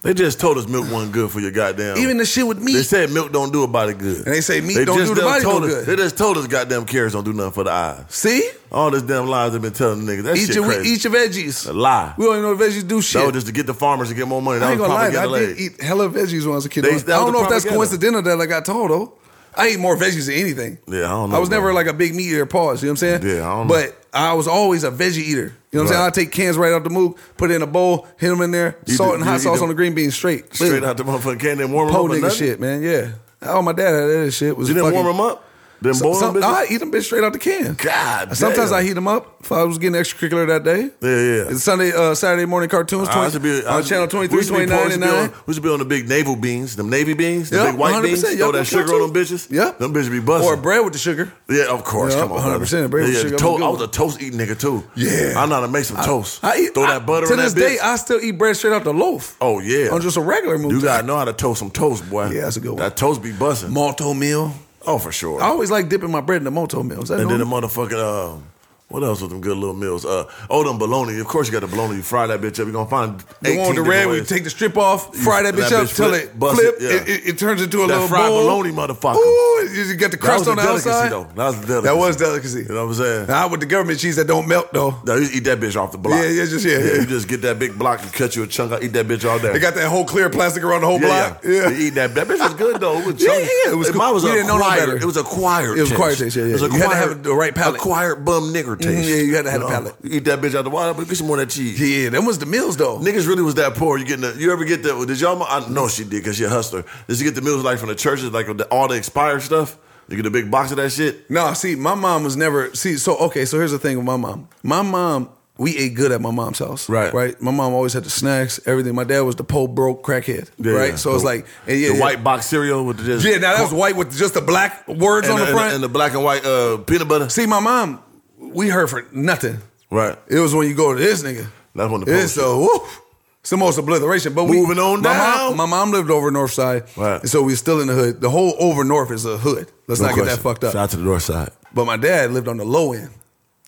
S2: They just told us milk wasn't good for your goddamn.
S1: Even the shit with meat.
S2: They said milk don't do a body good.
S1: And they say meat don't
S2: just
S1: do the
S2: done
S1: body no
S2: told us,
S1: good.
S2: They just told us goddamn carrots don't do nothing for the eyes.
S1: See?
S2: All this damn lies they've been telling niggas. That
S1: Eat
S2: shit
S1: your,
S2: crazy.
S1: eat your veggies.
S2: a lie.
S1: We don't even know if veggies do shit.
S2: That was just to get the farmers to get more money. That
S1: I ain't
S2: was
S1: gonna lie.
S2: propaganda.
S1: I did
S2: laid.
S1: eat hella veggies when I was a kid.
S2: They-
S1: I
S2: that was
S1: don't
S2: the
S1: know if that's
S2: propaganda.
S1: coincidental that I got told though. I ate more veggies than anything.
S2: Yeah, I don't know,
S1: I was never
S2: bro.
S1: like a big meat eater. Pause. You know what I'm saying?
S2: Yeah, I don't know.
S1: But I was always a veggie eater. You know what I'm saying?
S2: Right.
S1: I take cans right out the mook, put it in a bowl, hit them in there,
S2: You
S1: salt
S2: do-
S1: and
S2: you
S1: hot
S2: eat
S1: sauce
S2: them
S1: on the green beans, straight,
S2: Straight
S1: Literally.
S2: out the motherfucking can, then warm them
S1: Po
S2: up. or
S1: nigga
S2: nothing?
S1: shit, man. Yeah. Oh, my dad had that shit. Was
S2: You didn't
S1: fucking,
S2: warm them up? Then
S1: So-
S2: boil
S1: some-
S2: them bitches?
S1: I eat them bitch straight out the can.
S2: God
S1: Sometimes
S2: damn.
S1: I heat them up. If I was getting extracurricular that day.
S2: Yeah, yeah.
S1: It's Sunday, uh, Saturday morning cartoons. 20,
S2: I used to be- I
S1: on
S2: used to-
S1: channel
S2: we
S1: 23,
S2: used to be poor,
S1: 29,
S2: used
S1: and
S2: to be
S1: 9.
S2: on- We used to be on the big navel beans, them navy beans, the
S1: Yep,
S2: big white beans.
S1: 100%,
S2: Throw
S1: yep,
S2: that
S1: I'm
S2: sugar
S1: too.
S2: on them bitches.
S1: Yep.
S2: Them bitches be busting.
S1: Or bread with the sugar.
S2: yeah, of course.
S1: Yep,
S2: Come on,
S1: 100%
S2: brother.
S1: bread with
S2: yeah,
S1: sugar,
S2: toast-
S1: I'm good
S2: I was a
S1: with.
S2: toast eating nigga too.
S1: Yeah.
S2: I know how to make some toast.
S1: I eat,
S2: Throw
S1: I-
S2: that butter
S1: To
S2: in
S1: this
S2: that
S1: day,
S2: bitch.
S1: I still eat bread straight out the loaf.
S2: oh yeah.
S1: On just a regular move.
S2: you gotta know how to toast some toast, boy.
S1: Yeah, that's a good one.
S2: That toast be busting.
S1: Malto meal.
S2: oh, for sure.
S1: I always like dipping my bread in the Malto meal. Is that
S2: And
S1: normal?
S2: then the motherfucking um, what else with them good little meals? Uh, oh, them bologna. Of course, you got the bologna. You fry that bitch up. You gonna find
S1: The one
S2: eighteen
S1: with the
S2: different
S1: red, we
S2: ways.
S1: take the strip off, fry that bitch
S2: that
S1: up
S2: bitch
S1: till
S2: flip,
S1: it
S2: bust
S1: flip.
S2: it, yeah.
S1: It, it, it turns into a
S2: That
S1: little
S2: fried
S1: bowl.
S2: bologna motherfucker.
S1: Ooh, you you got the crust
S2: that
S1: on
S2: was
S1: the
S2: a delicacy,
S1: outside.
S2: Though. That was a delicacy.
S1: That was delicacy.
S2: You know what I'm saying?
S1: Not with the government cheese that don't melt though.
S2: No, you just eat that bitch off the block.
S1: Yeah, yeah, just- yeah, yeah.
S2: You just get that big block and cut you a chunk. I eat that bitch all day.
S1: They got that whole clear plastic around the whole block.
S2: Yeah, You eat that. That bitch was good though. It was
S1: Yeah,
S2: chunky.
S1: yeah, it was cool.
S2: Mine was
S1: We
S2: a
S1: didn't know no
S2: acquired-
S1: better.
S2: It was acquired.
S1: It was acquired
S2: taste.
S1: taste, yeah, yeah.
S2: It was
S1: You had to have
S2: acquired-
S1: the right palate.
S2: Acquired bum nigger taste.
S1: Mm-hmm. yeah, you had to have the
S2: know?
S1: palate.
S2: You eat that bitch out the water, but get some more of that cheese.
S1: Yeah, them was the meals though.
S2: Niggas really was that poor. You getting the, you ever get that? Did y'all? I know she did because she a hustler. Did she get the meals like from the churches, like with the, all the expired stuff? You get a big box of that shit.
S1: No, see, my mom was never see. So okay, so here's the thing with my mom. My mom, we ate good at my mom's house,
S2: Right.
S1: Right. My mom always had the snacks, everything. My dad was the po broke crackhead,
S2: Yeah, yeah.
S1: right? So it's
S2: The-
S1: like, and yeah,
S2: the
S1: yeah.
S2: white box cereal with the just
S1: Yeah, now that was white with just the black words
S2: and
S1: on the,
S2: and
S1: front.
S2: and the black and white uh, peanut butter.
S1: see, my mom, we heard for nothing.
S2: Right.
S1: It was when you go to this nigga.
S2: That's when the
S1: It's
S2: bullshit.
S1: a woo. It's the most obliteration. But we,
S2: Moving on
S1: my
S2: down.
S1: Mom, my mom lived over north side,
S2: Right.
S1: and so we still in the hood. The whole over north is a hood. Let's
S2: No
S1: not get
S2: question.
S1: that fucked up.
S2: Shout out to the north side,
S1: But my dad lived on the low end.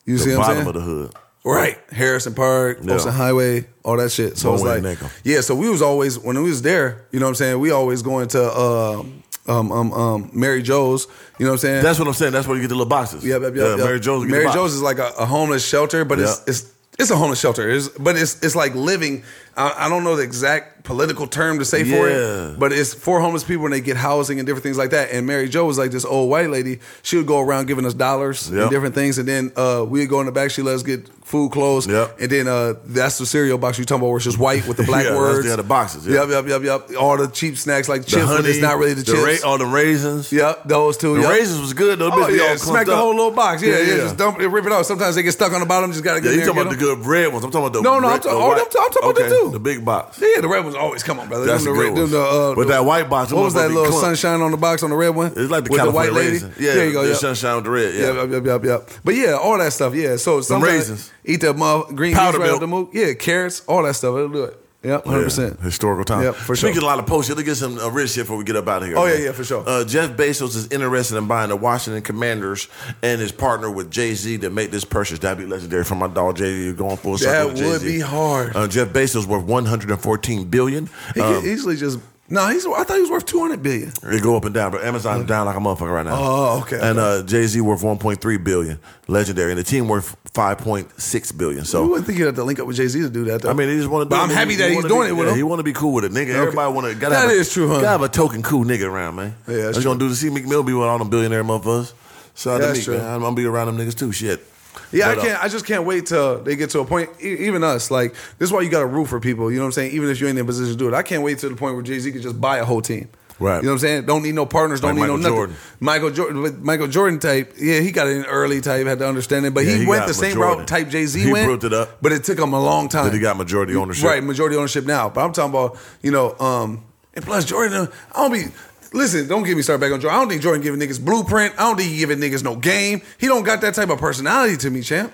S1: You see
S2: the
S1: what I'm
S2: bottom
S1: saying?
S2: of the hood.
S1: Right. Harrison Park,
S2: Yeah.
S1: Olsen Highway, all that shit. So
S2: Bowen
S1: it's like,
S2: and Nickel.
S1: yeah, so we was always, when we was there, you know what I'm saying? We always going to um, um, um, um, Mary Joe's, you know what I'm saying?
S2: That's what I'm saying. That's where you get the little boxes.
S1: Yep, yep, yep,
S2: yeah,
S1: yep.
S2: Mary Joe's. Get
S1: Mary
S2: the box.
S1: Joe's is like a, a homeless shelter, but
S2: Yep.
S1: it's it's it's a homeless shelter. It's, but it's it's like living. I, I don't know the exact political term to say for
S2: Yeah.
S1: it, but it's for homeless people and they get housing and different things like that. And Mary Jo was like this old white lady. She would go around giving us dollars
S2: Yep.
S1: and different things, and then uh, we'd go in the back. She let us get food, clothes,
S2: Yep.
S1: and then uh, that's the cereal box you talking about, where it's just white with the black
S2: Yeah, that's
S1: words.
S2: the other boxes, yeah.
S1: Yep, yep, yep, yep. All the cheap snacks like
S2: the
S1: chips,
S2: honey,
S1: but it's not really the,
S2: the
S1: chips.
S2: ra- all the raisins.
S1: Yep, those two.
S2: The
S1: yep.
S2: raisins was good though.
S1: Oh,
S2: Bitch, they
S1: yeah,
S2: all
S1: smack
S2: clumped
S1: the
S2: up.
S1: whole little box. Yeah, yeah,
S2: yeah.
S1: just dump it, rip it out. Sometimes they get stuck on the bottom. Just gotta get
S2: Yeah,
S1: in
S2: you
S1: there.
S2: talking
S1: and
S2: about the
S1: get 'em.
S2: good red ones? I'm talking about the
S1: No, no, I'm
S2: red-
S1: talking-
S2: the
S1: oh,
S2: white-
S1: I'm talking about
S2: okay,
S1: that too.
S2: The big box.
S1: Yeah, the red ones always come on, brother.
S2: That's
S1: Them
S2: the good
S1: them
S2: ones.
S1: the, uh,
S2: But
S1: the-
S2: that white box, them
S1: What was
S2: motherfuckers
S1: that
S2: be
S1: little
S2: clumped.
S1: sunshine on the box on the red one?
S2: It's like the
S1: with the white
S2: California
S1: lady.
S2: raisin. Yeah,
S1: there you go.
S2: the
S1: Yep.
S2: sunshine with the red. Yeah,
S1: Yep, yep, yep, yep, yep. But yeah, all that stuff. Yeah, so some
S2: raisins.
S1: eat the mu- green
S2: Powder
S1: beans right
S2: milk.
S1: off the move. Yeah, carrots, all that stuff. It'll do it. Yep, hundred percent.
S2: Yeah, historical time.
S1: Yep, for
S2: Speaking
S1: sure.
S2: of a lot of posts, here, let's get some uh, rich shit before we get up out of here.
S1: Oh, yeah, yeah, for sure.
S2: Uh, Jeff Bezos is interested in buying the Washington Commanders and his partner with Jay Z to make this purchase. That'd be legendary for my dog Jay Z. You're going full circle.
S1: That
S2: with Jay-Z.
S1: would be hard.
S2: Uh, Jeff Bezos worth 114 billion.
S1: He
S2: Um,
S1: could easily just no. He's I thought he was worth two hundred billion.
S2: They go up and down, but Amazon down like a motherfucker right now.
S1: Oh, okay,
S2: And uh, Jay Z worth 1.3 billion, legendary, and the team worth 5.6 billion. So
S1: You wouldn't think he'd have to link up with Jay Z to do that. Though.
S2: Oh. I mean, he just want to.
S1: But I'm happy that he's doing it with him.
S2: He want to be cool with it, nigga. Everybody want to. Gotta
S1: That
S2: have a,
S1: is true, huh?
S2: Gotta have a token cool nigga around, man.
S1: Yeah, that's
S2: That's
S1: true.
S2: gonna do the see Meek Mill be with all them billionaire motherfuckers. So out to
S1: That's
S2: Meek,
S1: true.
S2: man. I'm, I'm gonna be around them niggas too. Shit.
S1: Yeah, I
S2: But, uh,
S1: can't. I just can't wait till they get to a point. e- Even us, like this is why you got to root for people. You know what I'm saying? Even if you ain't in a position to do it, I can't wait to the point where Jay Z could just buy a whole team.
S2: Right.
S1: You know what I'm saying? Don't need no partners. Don't
S2: Like
S1: need
S2: Michael
S1: no nothing.
S2: Jordan.
S1: Michael Jordan, but Michael Jordan type. Yeah, he got in early type. Had to understand it, but
S2: Yeah,
S1: he,
S2: he
S1: went
S2: got
S1: the same
S2: majority.
S1: route type Jay Z
S2: He
S1: went.
S2: proved it up.
S1: but it took him a long time.
S2: That he got majority ownership.
S1: Right, majority ownership now. But I'm talking about you know, um, and plus Jordan. uh, I don't be. Listen, don't get me started back on Jordan. I don't think Jordan giving niggas blueprint. I don't think he giving niggas no game. He don't got that type of personality to me, champ.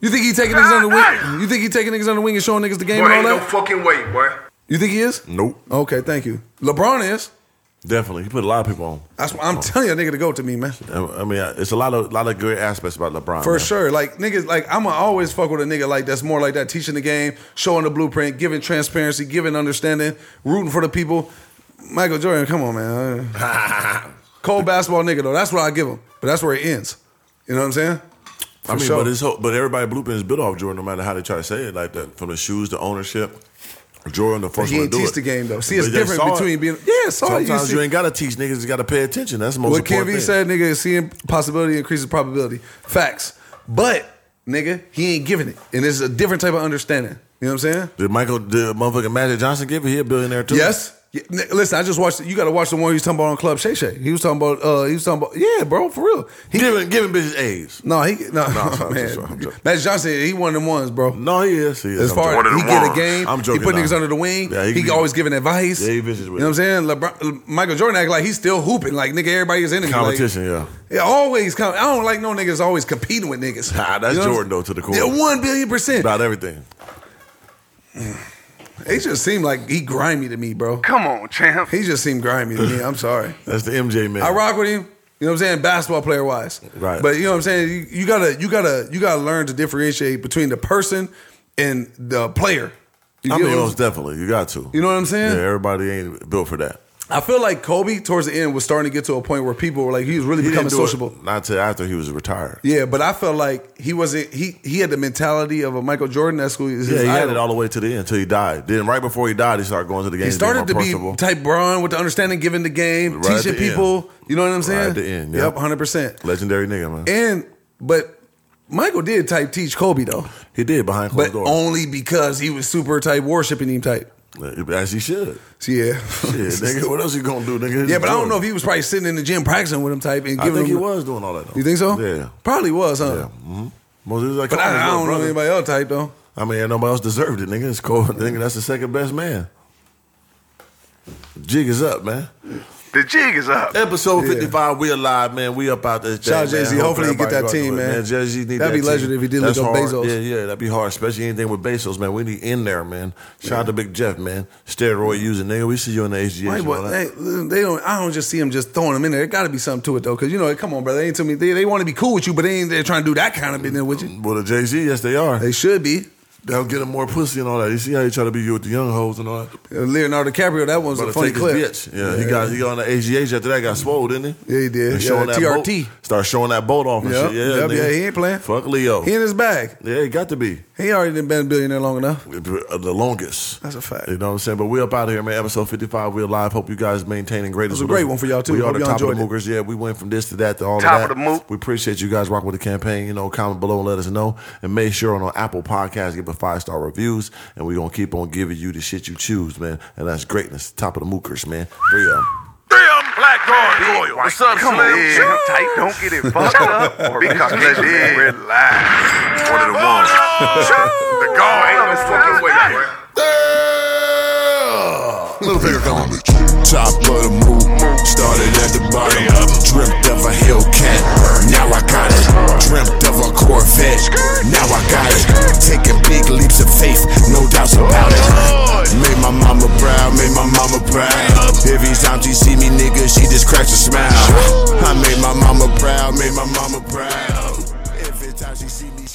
S1: You think he taking niggas on the wing? You think he taking niggas on the wing and showing niggas the game
S4: Boy, ain't
S1: and all
S4: no
S1: that?
S4: fucking way, boy.
S1: You think he is?
S2: Nope.
S1: Okay, thank you. LeBron is.
S2: Definitely, he put a lot of people on.
S1: That's why I'm telling you, a nigga to go to me, man.
S2: I I mean, it's a lot of lot of good aspects about LeBron.
S1: For
S2: man.
S1: sure. Like niggas, like I'ma always fuck with a nigga like that's more like that, teaching the game, showing the blueprint, giving transparency, giving understanding, rooting for the people. Michael Jordan, come on, man. Cold basketball nigga though. That's what I give him. But that's where it ends. You know what I'm saying? For
S2: I mean,
S1: sure.
S2: but his whole, but everybody blueprint is built off Jordan, no matter how they try to say it, like that from the shoes to ownership. Jordan, the first
S1: he
S2: one
S1: ain't
S2: to do
S1: teach
S2: it.
S1: the game, though. See, it's
S2: But they
S1: different
S2: saw it.
S1: between being- Yeah, it's all you
S2: sometimes
S1: see.
S2: you, ain't gotta teach niggas. You gotta pay attention. That's the most
S1: What
S2: important
S1: KV
S2: thing.
S1: said, nigga, is seeing possibility increases probability. Facts. But, nigga, he ain't giving it. And it's a different type of understanding. You know what I'm saying?
S2: Did Michael, did motherfucking Magic Johnson give it? He a billionaire too.
S1: Yes. Yeah, n- Listen, I just watched. You got to watch the one he was talking about on Club Shay Shay. He was talking about. uh He was talking about. Yeah, bro, for real. He
S2: Giving, giving bitches A's.
S1: no, he no.
S2: I'm sorry, I'm
S1: man,
S2: sorry, I'm joking.
S1: Magic Johnson, he one of them ones, bro.
S2: No, he is. He is.
S1: As
S2: I'm
S1: far
S2: joking.
S1: as he get a game,
S2: I'm joking.
S1: he put
S2: nah.
S1: niggas under the wing.
S2: Yeah,
S1: he,
S2: can-
S1: always giving advice.
S2: Yeah, he vicious with
S1: you know what I'm saying? LeBron, Michael Jordan act like he's still hooping. Like nigga, everybody is in it.
S2: Competition,
S1: Like,
S2: yeah.
S1: yeah, always. Com- I don't like no niggas always competing with niggas.
S2: Nah, that's
S1: You know what
S2: Jordan,
S1: I'm-
S2: though, to the core.
S1: Yeah, one billion percent.
S2: About everything.
S1: He just seemed like he grimy to me, bro.
S4: Come on, champ.
S1: He just seemed grimy to me. I'm sorry.
S2: That's the MJ man.
S1: I rock with him. You know what I'm saying? Basketball player wise.
S2: Right.
S1: But you know what I'm saying? You, you gotta you gotta you gotta learn to differentiate between the person and the player. You,
S2: I
S1: get
S2: mean,
S1: what I'm-
S2: most definitely. You got to.
S1: you know what I'm saying?
S2: Yeah, everybody ain't built for that.
S1: I feel like Kobe towards the end was starting to get to a point where people were like he was really
S2: He
S1: becoming
S2: didn't do it
S1: sociable.
S2: Not till after he was retired.
S1: Yeah, but I felt like he wasn't he he had the mentality of a Michael Jordan. That's who his
S2: Yeah, he had
S1: idol.
S2: it all the way to the end until he died. Then right before he died, he started going to the game.
S1: He started to be type Braun with the understanding, giving the game,
S2: Right at
S1: teaching
S2: the end.
S1: people. You know what I'm saying?
S2: at the end, yeah.
S1: Yep, hundred percent.
S2: legendary nigga, man.
S1: And but Michael did type teach Kobe though.
S2: he did behind closed
S1: but
S2: doors,
S1: only because he was super type worshiping him type.
S2: as he should.
S1: So, yeah.
S2: Yeah, nigga, what else you gonna do, nigga?
S1: yeah, but I don't know if he was probably sitting in the gym practicing with him type and
S2: I
S1: giving
S2: think
S1: him.
S2: he was doing all that. Though.
S1: You think so?
S2: Yeah.
S1: probably was, huh?
S2: Yeah. Mm-hmm. Well, it was like,
S1: But
S2: Kobe's
S1: I, I
S2: little
S1: don't know
S2: brother.
S1: anybody else type though.
S2: I mean, ain't nobody else deserved it, nigga. It's cold. Nigga, that's the second best man. Jig is up, man.
S4: The jig is up.
S2: Episode 55, we alive, man. We up out this
S1: Shout out
S2: thing, man.
S1: Jay-Z. Hopefully he get
S2: everybody
S1: that
S2: go
S1: team,
S2: through it,
S1: man.
S2: Jay-Z need
S1: That'd be
S2: that
S1: legend
S2: team.
S1: if he did
S2: That's
S1: link up
S2: hard.
S1: Bezos.
S2: Yeah, yeah, that'd be hard, especially anything with Bezos, man. We need in there, man. Shout out to Big Jeff, man. Steroid using, nigga. We see you in the HGH.
S1: Hey,
S2: and all
S1: boy,
S2: that.
S1: hey, listen, they don't. I don't just see him just throwing them in there. There got to be something to it though, because you know, come on, brother. They ain't too many. They, they want to be cool with you, but they ain't there trying to do that kind of business with you.
S2: Well, the Jay Z, yes, they are.
S1: They should be.
S2: They'll get him more pussy and all that. You see how he try to be you with the young hoes and all that.
S1: Leonardo DiCaprio. That one's
S2: Brother,
S1: a funny
S2: take
S1: clip.
S2: His bitch. Yeah, he got he got on the AGH after that got swole, didn't he?
S1: Yeah, he did.
S2: And
S1: Yeah,
S2: showing
S1: that
S2: that
S1: TRT.
S2: Boat, start showing that boat off and
S1: Yep,
S2: shit. Yeah,
S1: yep,
S2: nigga.
S1: yeah, he ain't playing.
S2: Fuck Leo.
S1: He in his bag.
S2: yeah, he got to be Uh,
S1: He already done been a billionaire long enough.
S2: the longest.
S1: That's a fact.
S2: You know what I'm saying? But we up out of here, man. Episode 55. We're live. Hope you guys maintaining greatness.
S1: It was a
S2: with us.
S1: great one for y'all, too.
S2: We are
S1: Hope
S2: the
S1: y'all
S2: top of the
S1: enjoyed
S2: mookers. Yeah, we went from this to that to all
S4: Top
S2: of that.
S4: of the mook.
S2: We appreciate you guys rocking with the campaign. You know, comment below and let us know. And make sure on our Apple Podcast, give a five star reviews. And we're gonna keep on giving you the shit you choose, man. And that's greatness. Top of the mookers, man. Three of 'em.
S4: Damn black guard loyal.
S3: What's up,
S4: Come
S3: Slim?
S4: on, yeah.
S3: Sure.
S4: tight. Don't get it fucked up. Or because
S3: let's dig.
S4: relax.
S3: One of the ones.
S4: The guard ain't no fucking way, boy.
S3: Little finger coming. Top of the move. Started at the bottom. Dreamt of a Hellcat. Now I got it. Dreamt of a Corvette. Now I got it. Taking big leaps of faith. No doubts about Every time she see me, nigga, she just cracks a smile. I made my mama proud, made my mama proud. Every time she see me.